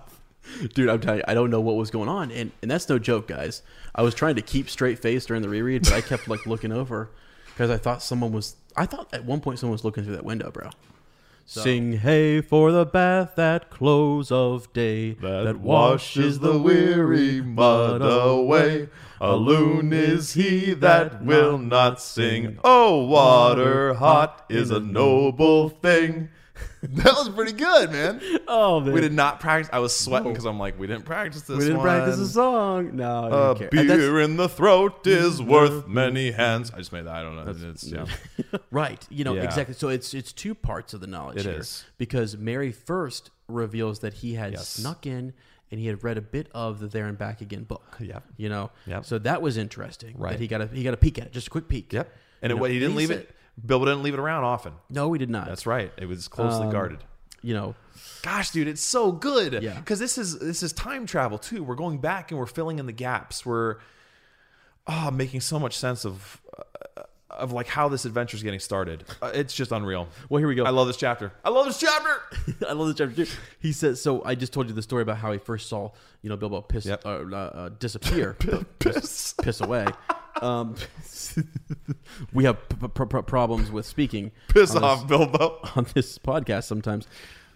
S2: Dude, I'm telling you, I don't know what was going on, and, and that's no joke, guys. I was trying to keep straight face during the reread, but I kept like looking over because I thought someone was. I thought at one point someone was looking through that window, bro. Sing hey for the bath at close of day that,
S9: washes the weary mud away. A loon is he that will not sing. Oh, water hot is a noble thing. *laughs* That was pretty good, man. *laughs*
S2: Oh man,
S9: We did not practice. I was sweating because I'm like, we didn't practice this.
S2: we didn't practice
S9: one.
S2: a song. No, I don't
S9: A
S2: care. And that's-
S9: beer in the throat is worth many hands. I just made that. I don't know. It's- yeah. *laughs*
S2: Right. You know,
S9: Yeah.
S2: exactly. So it's it's two parts of the knowledge
S9: It
S2: here.
S9: is.
S2: Because Mary first reveals that he had
S9: Yes.
S2: snuck in and he had read a bit of the There and Back Again book.
S9: Yep.
S2: You know?
S9: Yep.
S2: So that was interesting. That
S9: Right.
S2: he got a he got a peek at it, just a quick peek.
S9: Yep. And
S2: You
S9: it,
S2: know,
S9: he didn't leave
S2: said-
S9: it. Bilbo didn't leave it around often.
S2: No, we did not.
S9: That's right. It was closely
S2: Um,
S9: guarded.
S2: You know. *laughs*
S9: Gosh, dude, it's so good.
S2: Yeah.
S9: Because this is this is time travel too. We're going back and we're filling in the gaps. We're ah making so much sense of uh, of like how this adventure is getting started. Uh, it's just unreal.
S2: Well, here we go.
S9: I love this chapter. I love this chapter. *laughs*
S2: I love this chapter too. He says, "So I just told you the story about how he first saw, you know, Bilbo piss, uh, uh, uh,
S9: *laughs*
S2: disappear, piss, piss away." Um, we have p- p- pr- problems with speaking.
S9: Piss
S2: on
S9: off, Bilbo,
S2: *laughs* on this podcast sometimes.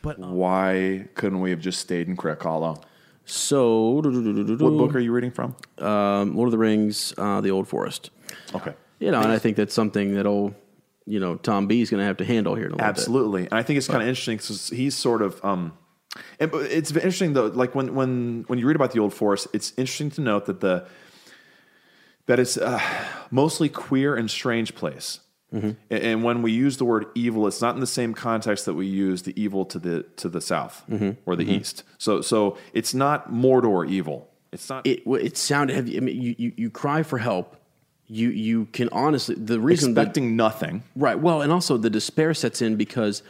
S2: But
S6: Why couldn't we have just stayed in Crick Hollow?
S5: So, what book
S6: are you reading from?
S5: Um, Lord of the Rings, uh, The Old Forest.
S6: Okay.
S5: You know, and I think that's something that'll
S2: you know Tom B is going to have to handle here in a little
S9: Absolutely. And I think it's kind of interesting because he's sort of, um, and, but it's interesting though. Like when when when you read about the old forest, it's interesting to note that the that it's uh, mostly queer and strange place.
S2: Mm-hmm.
S9: A- And, when we use the word evil, it's not in the same context that we use the evil to the to the south
S2: Mhm.
S9: or the
S2: Mhm.
S9: east. So so it's not Mordor evil. It's not.
S2: It well, it sounded heavy. I mean, you, you you cry for help. You you can honestly the reason
S9: expecting nothing.
S2: Right. Well, and also the despair sets in because.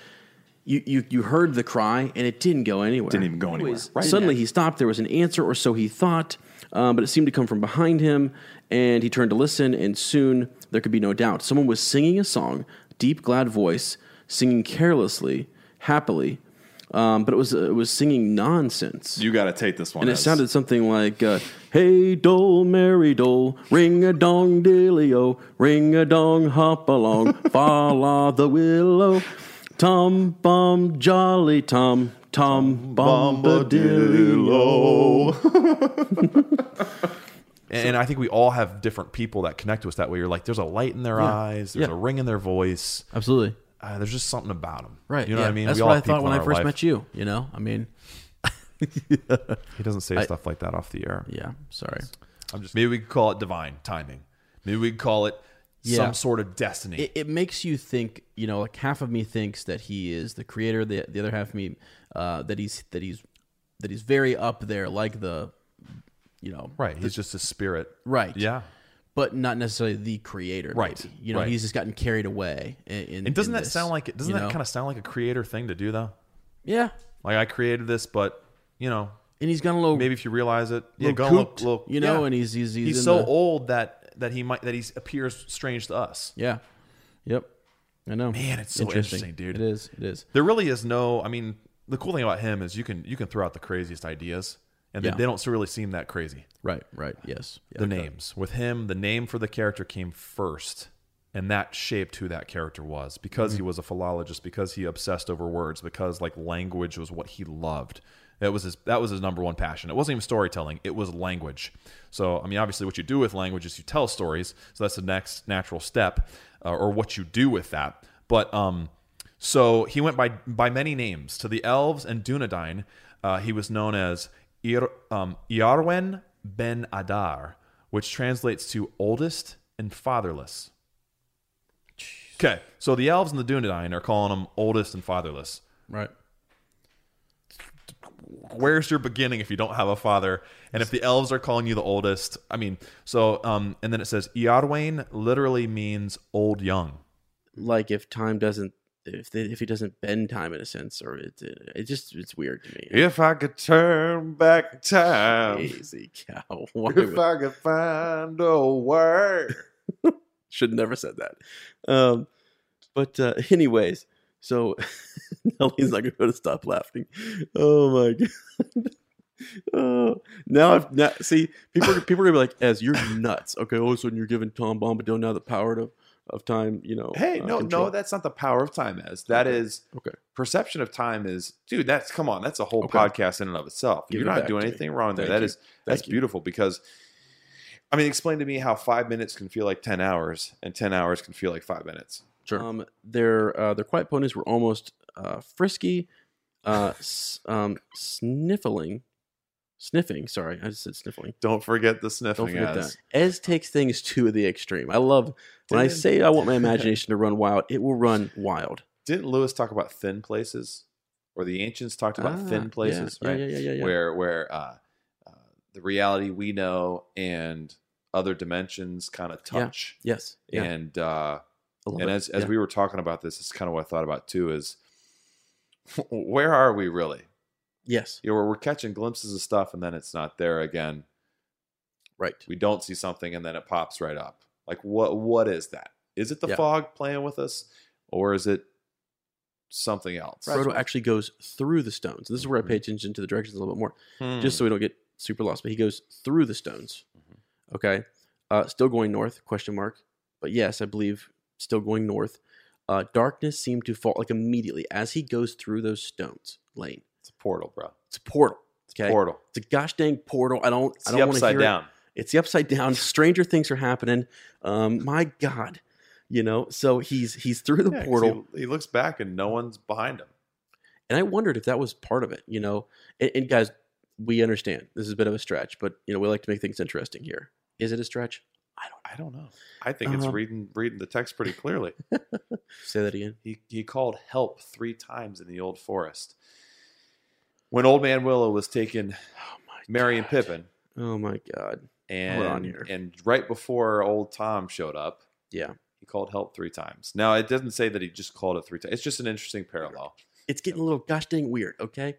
S2: You, you, you heard the cry and it didn't go anywhere. Didn't even
S9: go anywhere. Right.
S2: Suddenly he stopped. There was an answer, or so he thought, um, but it seemed to come from behind him. And he turned to listen, and soon there could be no doubt. Someone was singing a song, deep, glad voice, singing carelessly, happily, um, but it was it was singing nonsense.
S9: You got to take this one.
S2: And it
S9: as-
S2: sounded something like, uh, "Hey dole, merry dole, ring a dong dillio, ring a dong hop along, *laughs* fa la the willow, tom bum jolly tom, tom bombadillo."
S3: And, and I think we all have different people that connect to us that way. You're like, there's a light in their
S2: Yeah.
S3: eyes, there's
S2: Yeah.
S3: a ring in their voice.
S2: Absolutely.
S3: Uh, there's just something about them.
S2: Right.
S3: You know
S2: yeah.
S3: what I mean?
S2: That's
S3: We all
S2: what I
S3: have people
S2: thought when
S3: in
S2: I
S3: our
S2: first
S3: life.
S2: met you. You know, I mean,
S3: He doesn't say
S2: I-
S3: stuff like that off the air.
S2: Yeah, sorry.
S3: I'm just maybe we could call it divine timing. Maybe we could call it
S2: Yeah.
S3: some sort of destiny.
S17: It,
S2: it makes you think. You know, like half of me thinks that he is the creator. The the other half of me uh, that he's that he's that he's very up there, like the you know,
S3: right.
S2: the-
S3: He's just a spirit.
S2: right,
S3: Yeah.
S2: but not necessarily the creator.
S3: Right,
S2: maybe. you know,
S3: right.
S2: he's just gotten carried away. In, in
S3: And doesn't
S2: in
S3: that
S2: this,
S3: sound like it? Doesn't
S2: you
S3: that
S2: know?
S3: kind of sound like a creator thing to do though?
S2: yeah?
S3: Like I created this, but you know,
S2: and he's gone a little.
S3: Maybe if you realize it, yeah,
S2: little
S3: gone a little-
S2: cooped,
S3: little-
S2: you know,
S3: yeah.
S2: and he's- he's- he's in
S3: so
S2: the-
S3: old that that he might that he appears strange to us.
S2: Yeah. Yep. I know.
S3: Man, it's so interesting, dude.
S2: It is. It is.
S3: There really is no. I mean, the cool thing about him is you can you can throw out the craziest ideas, and they-
S2: Yeah.
S3: they don't really seem that crazy.
S2: Right. Right. Yes.
S3: the names with him, the name for the character came first, and that shaped who that character was because he was a philologist, because he obsessed over words, because like language was what he loved. That was his. That was his number one passion. It wasn't even storytelling. It was language. So I mean, obviously, what you do with language is you tell stories. So that's the next natural step, uh, or what you do with that. But um, so he went by by many names to the elves and Dunedain. Uh, he was known as Ir, um, Iarwen ben Adar, which translates to oldest and fatherless. Okay, so the elves and the Dunedain are calling him oldest and fatherless.
S2: Right.
S3: Where's your beginning if you don't have a father? And if the elves are calling you the oldest, I mean, so um, and then it says Iarwen literally means old young.
S2: Like if time doesn't, if they, if he doesn't bend time in a sense, or it, it, just it's weird to me.
S9: If I could turn back time,
S2: Easy cow. *laughs* Why
S9: if
S2: would-
S9: I could find a word.
S2: *laughs* should have never said that. Um, but uh, anyways, so *laughs* Nelly's not gonna stop laughing. Oh my *laughs* god. Oh, now I've now, see people. are- People are gonna be like, "As you're nuts." Okay, all of a sudden you're giving Tom Bombadil now the power to, of time. You know.
S9: Hey,
S2: uh,
S9: no,
S2: control.
S9: no, that's not the power of time. As that is
S2: okay.
S9: Perception of time is, dude. That's come on. That's a whole
S2: Okay.
S9: podcast in and of itself.
S2: Give
S9: You're
S2: it
S9: not
S2: back
S9: doing
S2: to me.
S9: anything wrong there.
S2: Thank
S9: That
S2: you.
S9: is that's beautiful because, I mean, explain to me how five minutes can feel like ten hours, and ten hours can feel like five minutes.
S2: Sure. Um, their uh, their quiet ponies were almost uh, frisky, uh, s- um, sniffling, sniffing. Sorry, I just said sniffling.
S9: Don't forget the sniffing.
S2: Don't forget
S9: as.
S2: that. Ez takes things to the extreme. I love when I
S9: Didn't-
S2: say I
S9: *laughs*
S2: want my imagination to run wild. It will run wild.
S9: Didn't Lewis talk about thin places, or the ancients talked about
S2: Ah, yeah,
S9: thin places,
S2: yeah,
S9: right?
S2: yeah, yeah, yeah, yeah.
S9: Where where uh, uh, the reality we know and other dimensions kind of
S2: Yeah,
S9: touch.
S2: yes, yeah.
S9: And uh,
S2: love
S9: and
S2: it,
S9: as as
S2: yeah.
S9: we were talking about this, it's kind of what I thought about too. Is *laughs* where are we really?
S2: Yes.
S9: You know, where we're catching glimpses of stuff and then it's not there again.
S2: Right.
S9: We don't see something and then it pops right up. Like what what is that? Is it the
S2: Yeah.
S9: fog playing with us or is it something else?
S2: Frodo actually goes through the stones. This is
S9: Mm-hmm.
S2: where I pay attention to the directions a little bit more, just
S9: Hmm.
S2: so we don't get super lost. But he goes through the stones.
S9: Mm-hmm.
S2: Okay, uh, still going north? Question mark. But yes, I believe still going north. Uh, darkness seemed to fall like immediately as he goes through those stones. Lane.
S9: It's a portal, bro.
S2: It's a portal.
S9: a portal.
S2: It's a gosh dang portal. I don't. I
S9: the
S2: don't want to
S9: upside
S2: hear
S9: down.
S2: It. It's the upside down. Stranger things are happening. Um, my God. You know, so he's he's through the
S9: Yeah, 'cause
S2: portal.
S9: He, he looks back and no one's behind him.
S2: And I wondered if that was part of it, you know. And, and guys, we understand this is a bit of a stretch, but you know we like to make things interesting here. Is it a stretch?
S9: I don't know. I think it's
S2: Um,
S9: reading reading the text pretty *laughs* clearly.
S2: Say that again.
S9: He he called help three times in the old forest. When old man Willow was taking Mary and Pippin.
S2: Oh my god.
S9: And
S2: We're on here.
S9: and right before old Tom showed up,
S2: yeah.
S9: He called help three times. Now it doesn't say that he just called it three times. It's just an interesting parallel.
S2: It's getting a little gosh dang weird, okay?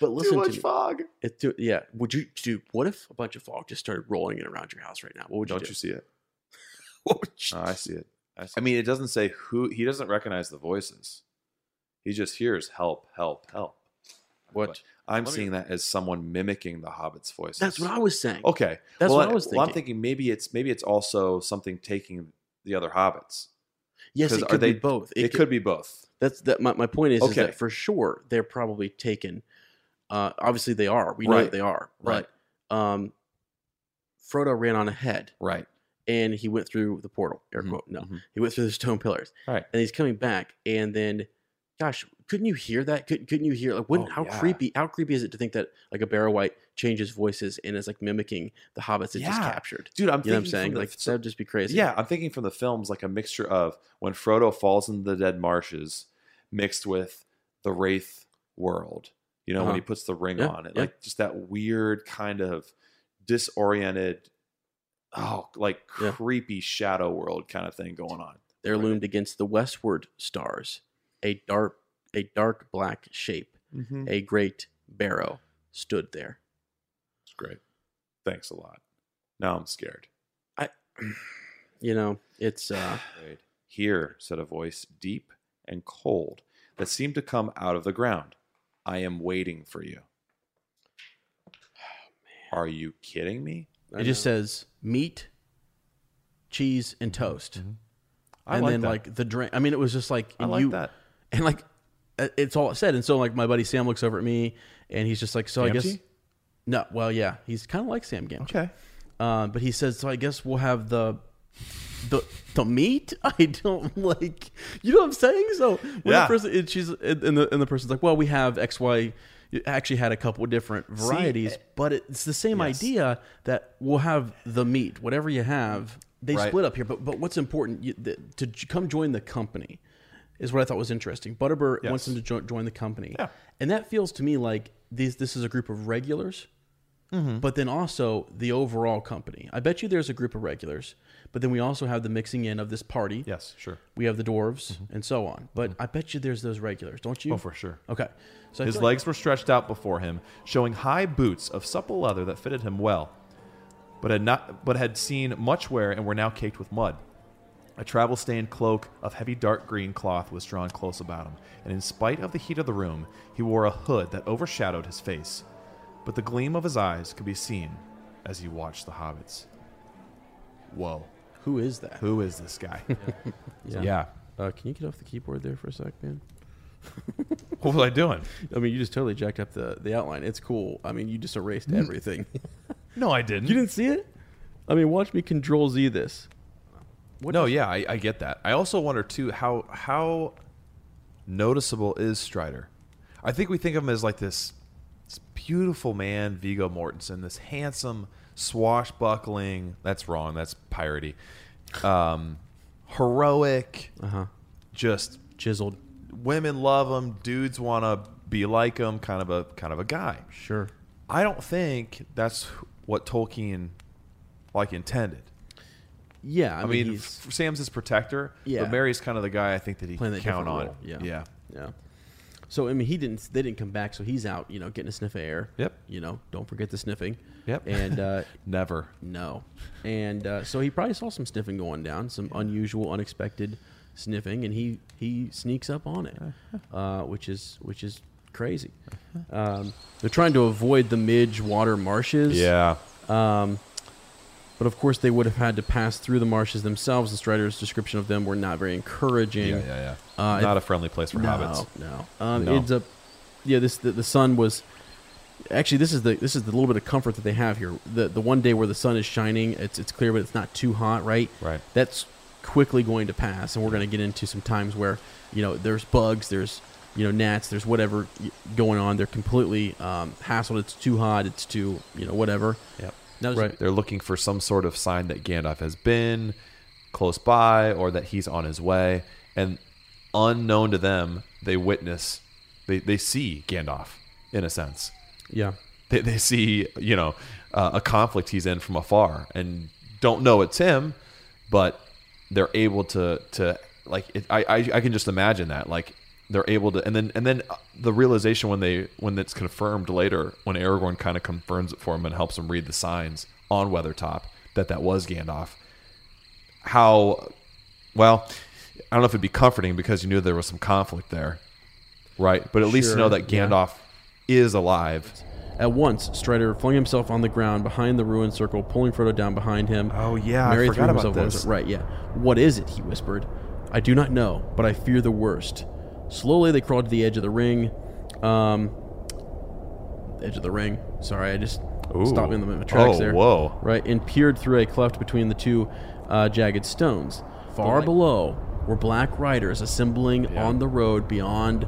S2: But listen
S9: much
S2: to me.
S9: fog.
S2: It's too, yeah. Would you do? What if a bunch of fog just started rolling in around your house right now? What would you
S9: Don't
S2: do?
S9: you
S2: *laughs*
S9: Uh, see it?
S2: Oh,
S9: No, I see it. I, see I mean, it doesn't say who. He doesn't recognize the voices. He just hears help, help, help.
S2: What?
S9: I'm
S2: Let me-
S9: seeing that as someone mimicking the Hobbit's voices.
S2: That's what I was saying.
S9: Okay.
S2: That's
S9: Well,
S2: what I was thinking.
S9: Well, I'm thinking maybe it's maybe it's also something taking the other hobbits.
S2: Yes,
S9: 'Cause
S2: it
S9: are
S2: could be
S9: they-
S2: both.
S9: It, could, be both.
S2: That's that. My, my point is, is
S9: Okay.
S2: that for sure they're probably taken. Uh, obviously they are. We know
S9: Right.
S2: that they are.
S9: Right.
S2: But um, Frodo ran on ahead.
S9: Right.
S2: And he went through the portal. Air quote. No, he went through the stone pillars.
S9: Mm-hmm, Right.
S2: And he's coming back, and then, gosh, couldn't you hear that? Couldn't, couldn't you hear? Like, wouldn't
S9: Oh,
S2: how
S9: yeah.
S2: creepy? How creepy is it to think that like a Barrow White changes voices and is like mimicking the hobbits it just
S9: Yeah.
S2: captured?
S9: Dude, I'm
S2: you know what I'm
S9: thinking from
S2: saying
S9: the-
S2: like that'd just be crazy.
S9: Yeah, I'm thinking from the films like a mixture of when Frodo falls into the dead marshes, mixed with the Wraith world. You know, when
S2: Uh-huh.
S9: he puts the ring
S2: Yeah,
S9: on it,
S2: yeah.
S9: like just that weird kind of disoriented, oh, like creepy shadow world kind of thing going on.
S2: there loomed against the westward stars a dark a dark black shape
S9: Mhm.
S2: a great barrow stood there
S9: It's great. Thanks a lot. Now I'm scared.
S2: i you know it's uh
S9: *sighs* Right. Here, said a voice, deep and cold, that seemed to come out of the ground. I am waiting for
S18: *sighs*
S9: you.
S18: Oh,
S9: Are you kidding me?
S2: it just says meat cheese and toast
S9: Mm-hmm. I
S2: and
S9: like
S2: then
S9: that.
S2: like the drink i mean it was just like
S9: I
S2: and
S9: like
S2: you-
S9: that.
S2: and like uh, it's all it said and so like my buddy sam looks over at me and he's just like so i guess
S9: Gamgee?
S2: no well yeah he's kind of like sam Gamgee.
S9: Okay.
S2: Um, but he says, so I guess we'll have the the the meat. *laughs* I don't like, you know what I'm saying? So when
S9: Yeah.
S2: the person, and she's and the and the person's like, well, we have X Y. it Actually, had a couple of different
S9: eh,
S2: varieties, but it's the same idea that we'll have the meat, whatever you have. They
S19: Right.
S2: split up here, but but what's important you, the, to j- come join the company is what I thought was interesting. Butterbur wants him to jo- join the company, and that feels to me like these this is a group of regulars but then also the overall company. I bet you there's a group of regulars, but then we also have the mixing in of this party.
S18: Yes, sure.
S2: We have the dwarves and so on. But I bet you there's those regulars, don't you?
S18: Oh, for sure.
S2: Okay. So I
S18: His
S2: feel like-
S18: legs were stretched out before him, showing high boots of supple leather that fitted him well, but had not but had seen much wear and were now caked with mud. A travel stained cloak of heavy dark green cloth was drawn close about him, and in spite of the heat of the room, he wore a hood that overshadowed his face. But the gleam of his eyes could be seen as he watched the hobbits. Whoa.
S2: Who is that?
S18: Who is this guy?
S2: Yeah. Uh, can you get off the keyboard there for a sec, man?
S18: What was I doing?
S2: I mean, you just totally jacked up the, the outline. It's cool. I mean, you just *laughs* erased everything.
S18: No, I didn't.
S2: you didn't see it? I mean, watch me control Z this.
S18: no, yeah, I, I get that. I also wonder too how how noticeable is Strider. I think we think of him as like this, this beautiful man, Vigo Mortensen, this handsome swashbuckling. That's wrong. That's piratey. Um, heroic.
S2: Uh-huh.
S18: Just
S2: chiseled.
S18: Women love him. Dudes want to be like him. Kind of a kind of a guy.
S2: Sure.
S18: I don't think that's what Tolkien like intended.
S2: Yeah,
S18: I,
S2: I mean,
S18: mean,
S2: he's-
S18: f- Sam's his protector,
S2: Yeah.
S18: but Mary's kind of the guy I think that he
S2: playing
S18: can
S2: that
S18: count
S2: different
S18: on.
S2: role. Yeah,
S18: yeah.
S2: yeah. So I mean, he didn't. They didn't come back, so he's out. You know, getting a sniff of air.
S18: Yep.
S2: You know, don't forget the sniffing.
S18: Yep.
S2: And
S18: *laughs*
S2: uh,
S18: Never.
S2: no, and uh, so he probably saw some sniffing going down, some unusual, unexpected sniffing, and he he sneaks up on it,
S18: Uh-huh.
S2: uh, which is which is crazy. Um, they're trying to avoid the midge water marshes.
S18: Yeah.
S2: Um, but of course, they would have had to pass through the marshes themselves. And Strider's description of them were not very encouraging.
S18: Yeah, yeah, yeah. Not a friendly place for
S2: Uh, no,
S18: hobbits.
S2: No, um,
S18: No.
S2: It ends up. Yeah, this the, the sun was. Actually, this is the this is the little bit of comfort that they have here. The the one day where the sun is shining, it's it's clear, but it's not too hot, right?
S18: Right.
S2: That's quickly going to pass, and we're going to get into some times where you know there's bugs, there's you know gnats, there's whatever y- going on. They're completely um, hassled. It's too hot. It's too you know whatever.
S3: Yep.
S2: That was-
S3: They're looking for some sort of sign that Gandalf has been close by or that he's on his way. And unknown to them, they witness, they, they see Gandalf in a sense.
S2: Yeah.
S3: They, they see, you know, uh, a conflict he's in from afar and don't know it's him, but they're able to, to like, it, I, I, I can just imagine that. Like, they're able to, and then and then uh, the realization when they when it's confirmed later, when Aragorn kind of confirms it for him and helps him read the signs on Weathertop that that was Gandalf. How, well, I don't know if it'd be comforting because you knew there was some conflict there, right? But at least to know
S2: Sure,
S3: that
S2: yeah.
S3: Gandalf is alive.
S2: At once, Strider flung himself on the ground behind the ruined circle, pulling Frodo down behind him. Oh
S3: yeah, I forgot about this.
S2: Right, yeah. What is it? He whispered. I do not know, but I fear the worst. Slowly, they crawled to the edge of the ring. Um, edge of the ring. Sorry, I just
S3: Ooh.
S2: stopped me in the middle of my tracks
S3: Oh,
S2: there.
S3: whoa.
S2: Right, and peered through a cleft between the two uh, jagged stones. Far
S3: like-
S2: below were black riders assembling on the road beyond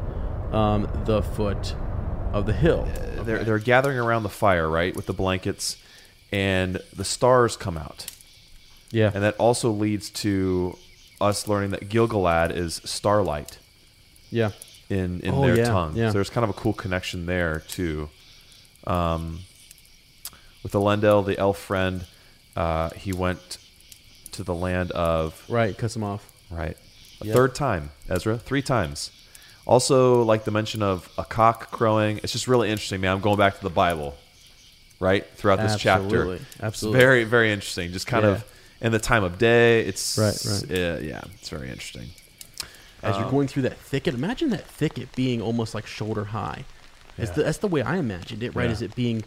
S2: um, the foot of the hill.
S3: They're they're gathering around the fire, right, with the blankets, and the stars come out.
S2: Yeah.
S3: and that also leads to us learning that Gilgalad is starlight.
S2: Yeah.
S3: in in
S2: Oh,
S3: their
S2: yeah,
S3: tongue.
S2: yeah.
S3: So there's kind of a cool connection there too. Um, with the Elendil, the elf friend, uh, he went to the land of
S2: Right, cuts him off.
S3: Right. A
S2: Yeah.
S3: third time, Ezra. Three times. Also, like the mention of a cock crowing. It's just really interesting, man. I'm going back to the Bible, right? Throughout this
S2: Absolutely.
S3: chapter. It's
S2: Absolutely.
S3: very, very interesting. Just kind
S2: Yeah.
S3: of in the time of day. It's
S2: Right,
S3: uh, yeah, it's very interesting.
S2: As you're
S3: Um,
S2: going through that thicket, imagine that thicket being almost like shoulder high. That's, the, that's the way I imagined it, right?
S3: Yeah.
S2: Is it being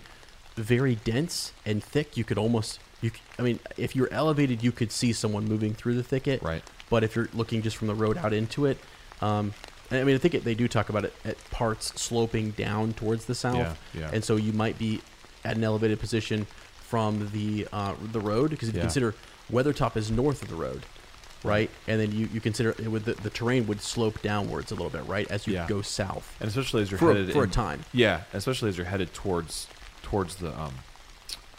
S2: very dense and thick? You could almost, you. c- I mean, if you're elevated, you could see someone moving through the thicket, right? But if you're looking just from the road out into it, um, and I mean, I think it, they do talk about it at parts sloping down towards the south,
S9: Yeah, yeah.
S2: and so you might be at an elevated position from the uh, the road because if you
S9: Yeah.
S2: consider Weathertop is north of the road, right? And then you, you consider it would the, the terrain would slope downwards a little bit, right? As you
S9: Yeah.
S2: go south.
S9: and especially as you're
S2: for, a-
S9: headed
S2: for a
S9: in-
S2: time.
S9: Yeah, especially as you're headed towards towards the um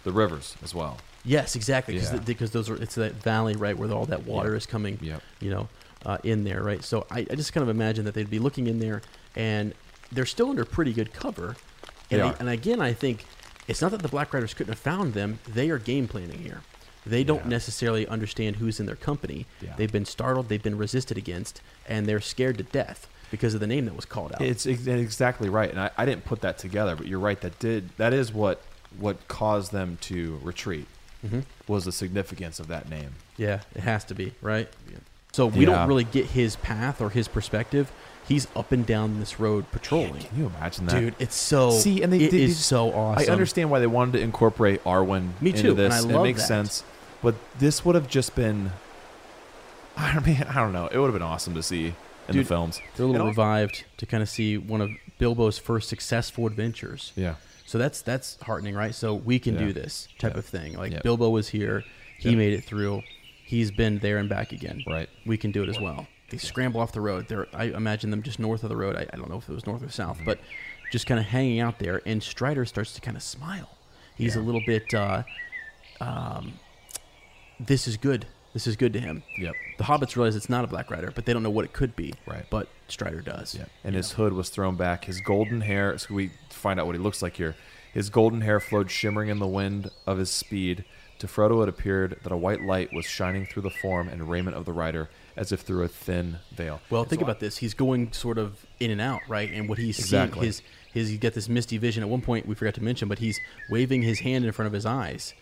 S9: the rivers as well.
S2: Yes, exactly. Because
S9: Yeah.
S2: because those are it's that valley right where all that water
S9: Yep.
S2: is coming.
S9: Yep.
S2: You know, uh, in there, right? So I, I just kind of imagine that they'd be looking in there, and they're still under pretty good cover. And,
S9: They
S2: I-
S9: are.
S2: and again, I think it's not that the Black Riders couldn't have found them. They are game planning here. They don't necessarily understand who's in their company.
S9: Yeah.
S2: They've been startled. They've been resisted against, and they're scared to death because of the name that was called out.
S9: It's ex- exactly right, and I, I didn't put that together, but you're right. That did that is what what caused them to retreat
S2: Mhm.
S9: was the significance of that name.
S2: Yeah, it has to be, right? So we
S9: Yeah.
S2: don't really get his path or his perspective. He's up and down this road patrolling. can
S9: you imagine that?
S2: Dude, it's so
S9: see, and they,
S2: it
S9: they- they
S2: is
S9: just-
S2: so awesome.
S9: I understand why they wanted to incorporate Arwen.
S2: Me too,
S9: into this.
S2: and I love
S9: it makes
S2: that.
S9: sense, but this would have just been. *laughs* I don't mean, I don't know. It would have been awesome to see in the
S2: Dude,
S9: films.
S2: They're a little
S9: And
S2: revived to kind of see one of Bilbo's first successful adventures.
S9: Yeah.
S2: So that's that's heartening, right? So we can
S9: Yeah.
S2: do this type
S9: Yeah.
S2: of thing. Like
S9: Yeah.
S2: Bilbo was here, he
S9: Yeah.
S2: made it through, he's been there and back again. Right. We can do it as well. They scramble off the road. They're I imagine them just north of the road. I, I don't know if it was north or south,
S9: Mm-hmm.
S2: but just kind of hanging out there. And Strider starts to kind of smile. He's a little bit. Uh, um, this is good. This is good to him.
S9: Yep.
S2: The hobbits realize it's not a black rider, but they don't know what it could be.
S9: Right.
S2: But Strider does. Yeah.
S9: and his hood was thrown back. His golden hair. So we find out what he looks like here. His golden hair flowed shimmering in the wind of his speed. To Frodo, it appeared that a white light was shining through the form and raiment of the rider, as if through a thin veil.
S2: Well,
S9: And
S2: think
S9: so
S2: about this. He's going sort of in and out, right? And what he's
S9: Exactly.
S2: seeing, his his you get this misty vision. At one point, we forgot to mention, but he's waving his hand in front of his eyes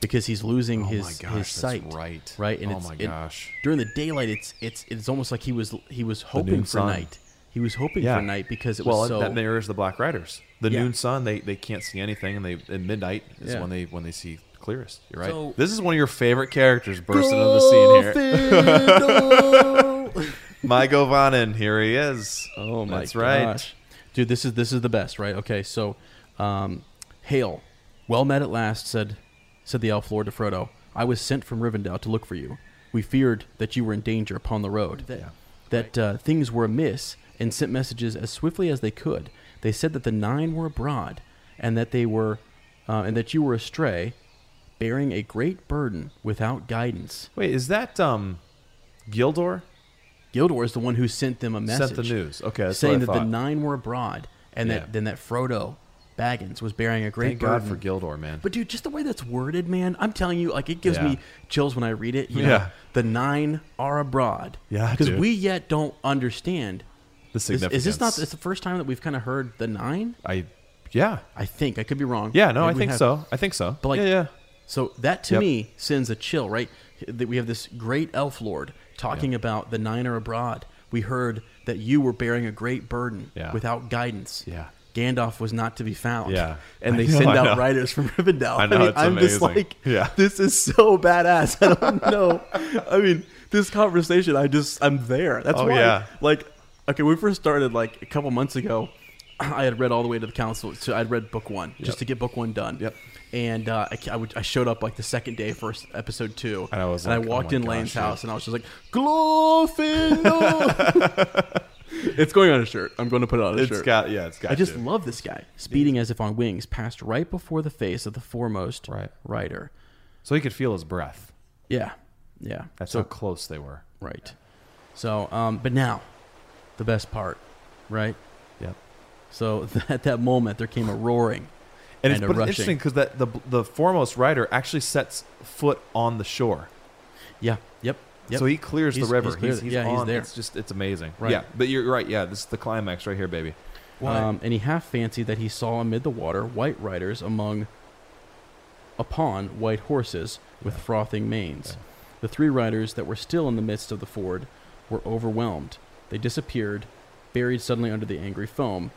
S2: because he's losing
S9: Oh
S2: his
S9: my
S2: his
S9: gosh, that's
S2: sight.
S9: right.
S2: Right. And
S9: Oh
S2: it's,
S9: my
S2: and
S9: gosh.
S2: during the daylight, it's it's it's almost like he was he was hoping
S9: noon
S2: for
S9: sun.
S2: night. He was hoping for night because it was
S9: well,
S2: so.
S9: that mirrors the Black Riders. The
S2: Yeah.
S9: noon sun, they, they can't see anything, and they at midnight is
S2: Yeah.
S9: when they when they see clearest. You're right.
S2: So-
S9: this is one of your favorite characters bursting into the scene here. My Govanen, here he is.
S2: Oh my
S9: That's right.
S2: gosh. dude! This is this is the best, right? Okay, so, um, hail, well met at last," said said the elf lord to Frodo. "I was sent from Rivendell to look for you. We feared that you were in danger upon the road, that, that uh, things were amiss, and sent messages as swiftly as they could. They said that the nine were abroad, and that they were, uh, and that you were astray, bearing a great burden without guidance.
S20: Wait, is that um, Gildor?
S2: Gildor is the one who sent them a message.
S20: Sent the news. Okay, that's what I
S2: saying that the
S20: thought.
S2: nine were abroad, and
S20: Yeah.
S2: that then that Frodo Baggins was bearing a great
S20: Thank God
S2: burden
S20: for Gildor, man.
S2: But dude, just the way that's worded, man, I'm telling you, like it gives
S20: Yeah.
S2: me chills when I read it. You
S20: Yeah.
S2: know, the nine are abroad.
S20: Yeah,
S2: because
S20: dude.
S2: we yet don't understand
S20: The
S2: Is- Is, this not?
S20: significance.
S2: It's the first time that we've kind of heard the nine.
S20: I, yeah,
S2: I think I could be wrong.
S20: Yeah, no,
S2: Maybe
S20: I
S2: we
S20: think so. I think so.
S2: But like,
S20: Yeah, yeah.
S2: So that to
S20: Yep.
S2: me sends a chill, right? That we have this great elf lord talking about the nine are abroad. We heard that you were bearing a great burden
S20: Yeah.
S2: without guidance.
S20: Yeah.
S2: Gandalf was not to be found.
S20: Yeah.
S2: And
S20: I
S2: they
S20: know,
S2: send
S20: I
S2: out
S20: know.
S2: writers from *laughs* Rivendell.
S20: I know, it's
S2: I'm just
S20: amazing.
S2: like,
S20: Yeah.
S2: this is so badass. *laughs* I don't know. I mean, this conversation, I just, I'm there. That's
S20: Oh,
S2: why,
S20: yeah.
S2: like, okay, we first started like a couple months ago. I had read all the way to the council, so I'd read book one just
S20: Yep.
S2: to get book one done. Yep. And uh, I, ca- I, would, I showed up like the second day, first episode two,
S20: And I was like,
S2: I
S20: oh
S2: walked
S20: my
S2: in Lane's
S20: gosh, dude.
S2: house, and I was just like,
S20: *laughs*
S2: Glorfindel. it's going on a shirt. I'm going to put it on a
S20: It's
S2: shirt.
S20: got- yeah, it's got
S2: I just
S20: to.
S2: love this guy. Speeding as if on wings, passed right before the face of the foremost right. rider.
S20: So he could feel his breath.
S2: Yeah, yeah.
S20: That's
S2: So-
S20: how close they were.
S2: Right. So, um, but now, the best part, right?
S20: Yep.
S2: So *laughs* at that moment, there came a roaring
S20: And it's,
S2: and, a
S20: but it's
S2: rushing.
S20: interesting because that the the foremost rider actually sets foot on the shore.
S2: Yeah. Yep. Yep.
S20: So he clears
S2: He's-
S20: the river.
S2: he's cleared it. Yeah, he's
S20: on-
S2: there.
S20: It's just it's amazing.
S2: Right.
S20: Yeah. But you're right. Yeah. This is the climax right here, baby.
S2: Um, and he half fancied that he saw amid the water white riders among upon white horses with frothing manes. The three riders that were still in the midst of the ford were overwhelmed. They disappeared, buried suddenly under the angry foam.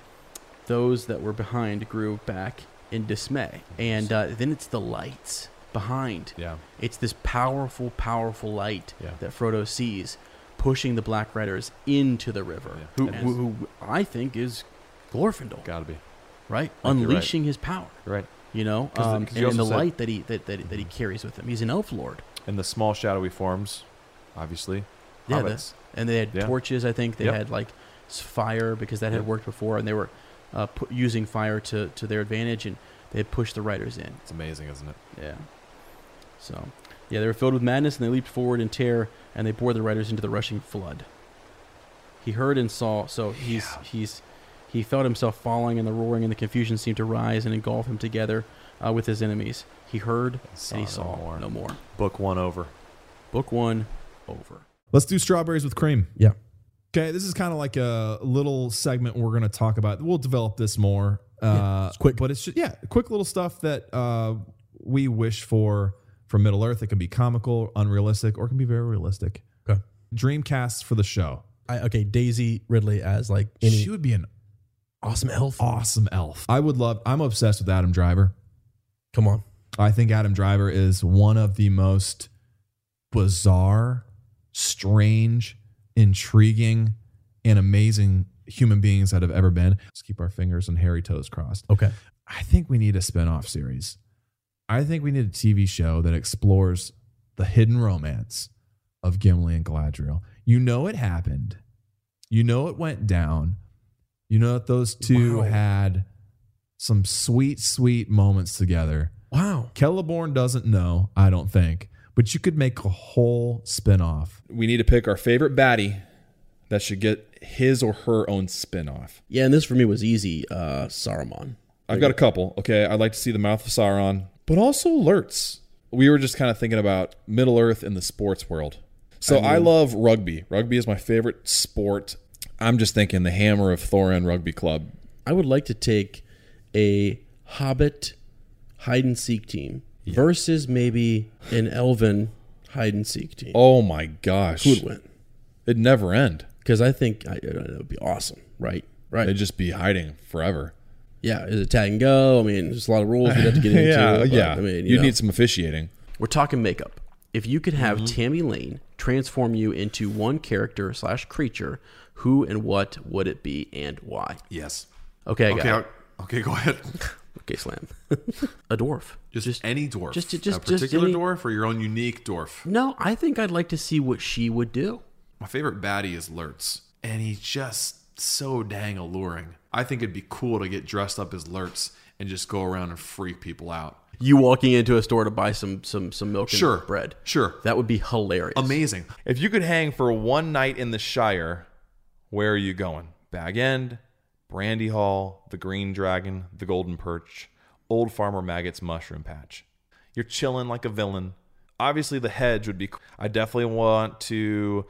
S2: Those that were behind grew back in dismay. And uh, then it's the lights behind.
S20: Yeah.
S2: It's this powerful, powerful light
S20: Yeah.
S2: that Frodo sees pushing the Black Riders into the river.
S20: Yeah.
S2: Who, who, who I think is Glorfindel.
S20: Gotta be.
S2: Right?
S20: I think you're right.
S2: Unleashing his power.
S20: You're right.
S2: You know?
S20: 'Cause the-
S2: Um,
S20: 'cause
S2: and,
S20: you
S2: and the
S20: also said-
S2: light that he, that, that, that he carries with him. He's an elf lord.
S20: And the small shadowy forms, obviously.
S2: Yeah, the-
S20: Hobbits.
S2: and they had
S20: Yeah.
S2: torches. I think they
S20: Yep.
S2: had like s- fire because that had
S20: Yep.
S2: worked before, and they were uh, pu- using fire to, to their advantage, and they had pushed the riders in.
S20: It's amazing, isn't it?
S2: Yeah. So, yeah, they were filled with madness, and they leaped forward in terror, and they bore the riders into the rushing flood. He heard and saw, so he's he's he felt himself falling, and the roaring and the confusion seemed to rise and engulf him together uh, with his enemies. He heard and he saw no more.
S20: Book one over.
S2: Book one over.
S9: Let's do strawberries with cream.
S14: Yeah.
S9: Okay, this is kind of like a little segment we're going to talk about. We'll develop this more. uh, it's quick, but it's just, yeah, quick little stuff that uh, we wish for from Middle Earth. It can be comical, unrealistic, or it can be very realistic.
S14: Okay.
S9: Dreamcasts for the show.
S14: I, okay, Daisy Ridley as like any.
S9: She would be an
S14: awesome elf.
S9: Awesome elf. I would love. I'm obsessed with Adam Driver.
S14: Come on.
S9: I think Adam Driver is one of the most bizarre, strange, intriguing, and amazing human beings that have ever been. Let's keep our fingers and hairy toes crossed.
S14: Okay.
S9: I think we need a spin-off series. I think we need a TV show that explores the hidden romance of Gimli and Galadriel. You know it happened. You know it went down. You know that those two had some sweet, sweet moments together.
S14: Wow.
S9: Celeborn doesn't know, I don't think, but you could make a whole spin-off.
S3: We need to pick our favorite baddie that should get his or her own spin-off.
S21: Yeah, and this for me was easy. Uh, Saruman.
S3: I've got a couple. Okay, I'd like to see the mouth of Sauron, but also Lurtz. We were just kind of thinking about Middle Earth in the sports world. So I, love rugby. Rugby is my favorite sport. I'm just thinking the Hammer of Thorin Rugby Club.
S21: I would like to take a Hobbit hide and seek team versus maybe an Elven hide and seek team.
S3: Oh my gosh,
S21: Who would win?
S3: It'd never end
S21: because I think I, it would be awesome. Right. Right.
S3: They'd just be hiding forever.
S21: Yeah, is it tag and go? I mean, there's a lot of rules we'd have
S2: *laughs*
S21: to get into.
S3: yeah,
S21: but,
S3: yeah.
S21: I mean,
S3: you
S21: know.
S3: would need some officiating.
S2: We're talking makeup. If you could have
S3: Mhm.
S2: Tammy Lane transform you into one character slash creature, who and what would it be and why?
S22: Yes.
S2: Okay, I got
S22: okay.
S2: it.
S22: I- Okay. Go ahead.
S23: gay
S2: *laughs*
S23: slam. a dwarf.
S9: *laughs* Just, any dwarf.
S23: just- just- just
S9: a particular
S23: any-
S9: dwarf or your own unique dwarf.
S23: No, I think I'd like to see what she would do.
S9: My favorite baddie is Lurtz, and he's just so dang alluring. I think it'd be cool to get dressed up as Lurtz and just go around and freak people out.
S2: You walking into a store to buy some some some milk and
S9: Sure.
S2: bread.
S9: Sure.
S2: That would be hilarious.
S9: Amazing.
S24: If you could hang for one night in the Shire, where are you going? Bag End, Brandy Hall, the Green Dragon, the Golden Perch, Old Farmer Maggot's Mushroom Patch. You're chilling like a villain. Obviously, the hedge would be. c- I definitely want to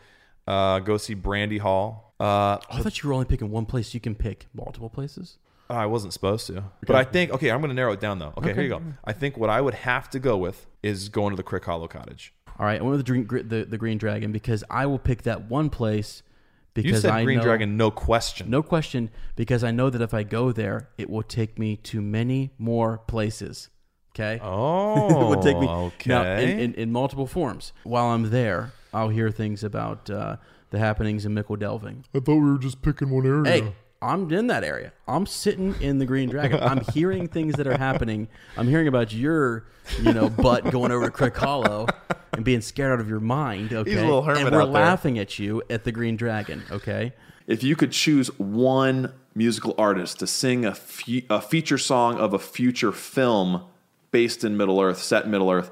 S24: uh, go see Brandy Hall. Uh,
S2: Oh, I thought you were only picking one place. You can pick multiple places.
S24: Oh, I wasn't supposed to. But I think okay, I'm going to narrow it down though. Okay, here
S2: Okay.
S24: you go. I think what I would have to go with is going to the Crick Hollow Cottage.
S2: All right, I went with the green, gr- the, the green dragon because I will pick that one place because
S24: You said
S2: I
S24: Green
S2: know,
S24: Dragon, no question.
S2: no question, because I know that if I go there, it will take me to many more places. Okay. *laughs*
S24: Oh,
S2: it would take me now
S24: okay.
S2: in, in, in multiple forms. While I'm there, I'll hear things about uh, the happenings in Mickle Delving.
S14: I thought we were just picking one area.
S2: Hey, I'm in that area. I'm sitting in the Green Dragon. I'm hearing things that are happening. I'm hearing about your, you know, butt going over to Crick Hollow and being scared out of your mind. Okay,
S9: a little hermit
S2: and we're
S9: out there.
S2: laughing at you at the Green Dragon. Okay,
S9: If you could choose one musical artist to sing a, fe- a feature song of a future film based in Middle Earth, set in Middle Earth,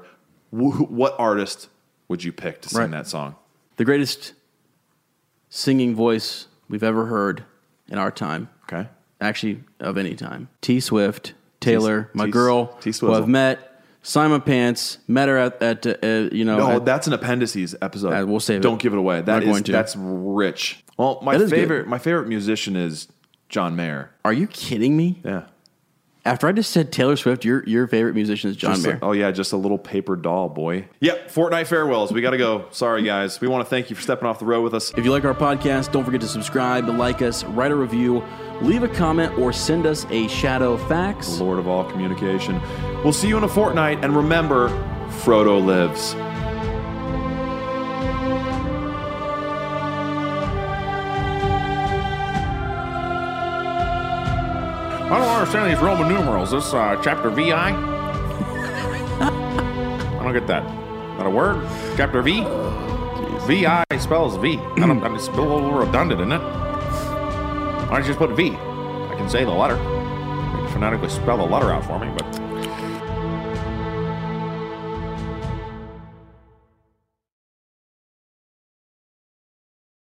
S9: wh- what artist would you pick to sing
S2: Right.
S9: that song?
S2: the greatest singing voice we've ever heard in our time.
S9: Okay,
S2: actually, of any time. T Swift, Taylor,
S9: T-
S2: my
S9: T-
S2: girl,
S9: T
S2: who
S9: Swizzle.
S2: I've met, Simon Pants, met her at, at uh, uh, you know.
S9: No,
S2: at-
S9: that's an appendices episode.
S2: Uh, we'll save it.
S9: Don't give it away. That
S2: Not
S9: is
S2: going to.
S9: that's rich. Well, my
S2: That is good.
S9: favorite my favorite musician is John Mayer.
S2: Are you kidding me?
S9: Yeah.
S2: After I just said Taylor Swift, your your favorite musician is John
S9: Just
S2: Mayer.
S9: like- oh yeah, just a little paper doll boy. Yep, Fortnite farewells. We got to go. Sorry guys. We want to thank you for stepping off the road with us.
S2: If you like our podcast, don't forget to subscribe, like us, write a review, leave a comment, or send us a shadow fax.
S9: Lord of all communication. We'll see you in a fortnight and remember Frodo lives.
S3: I don't understand these Roman numerals. This uh, chapter VI. I don't get that. Not a word. Chapter V. VI spells V. I don't, I mean, it's a little redundant, isn't it? Why don't you just put V? I can say the letter. You can phonetically spell the letter out for me, but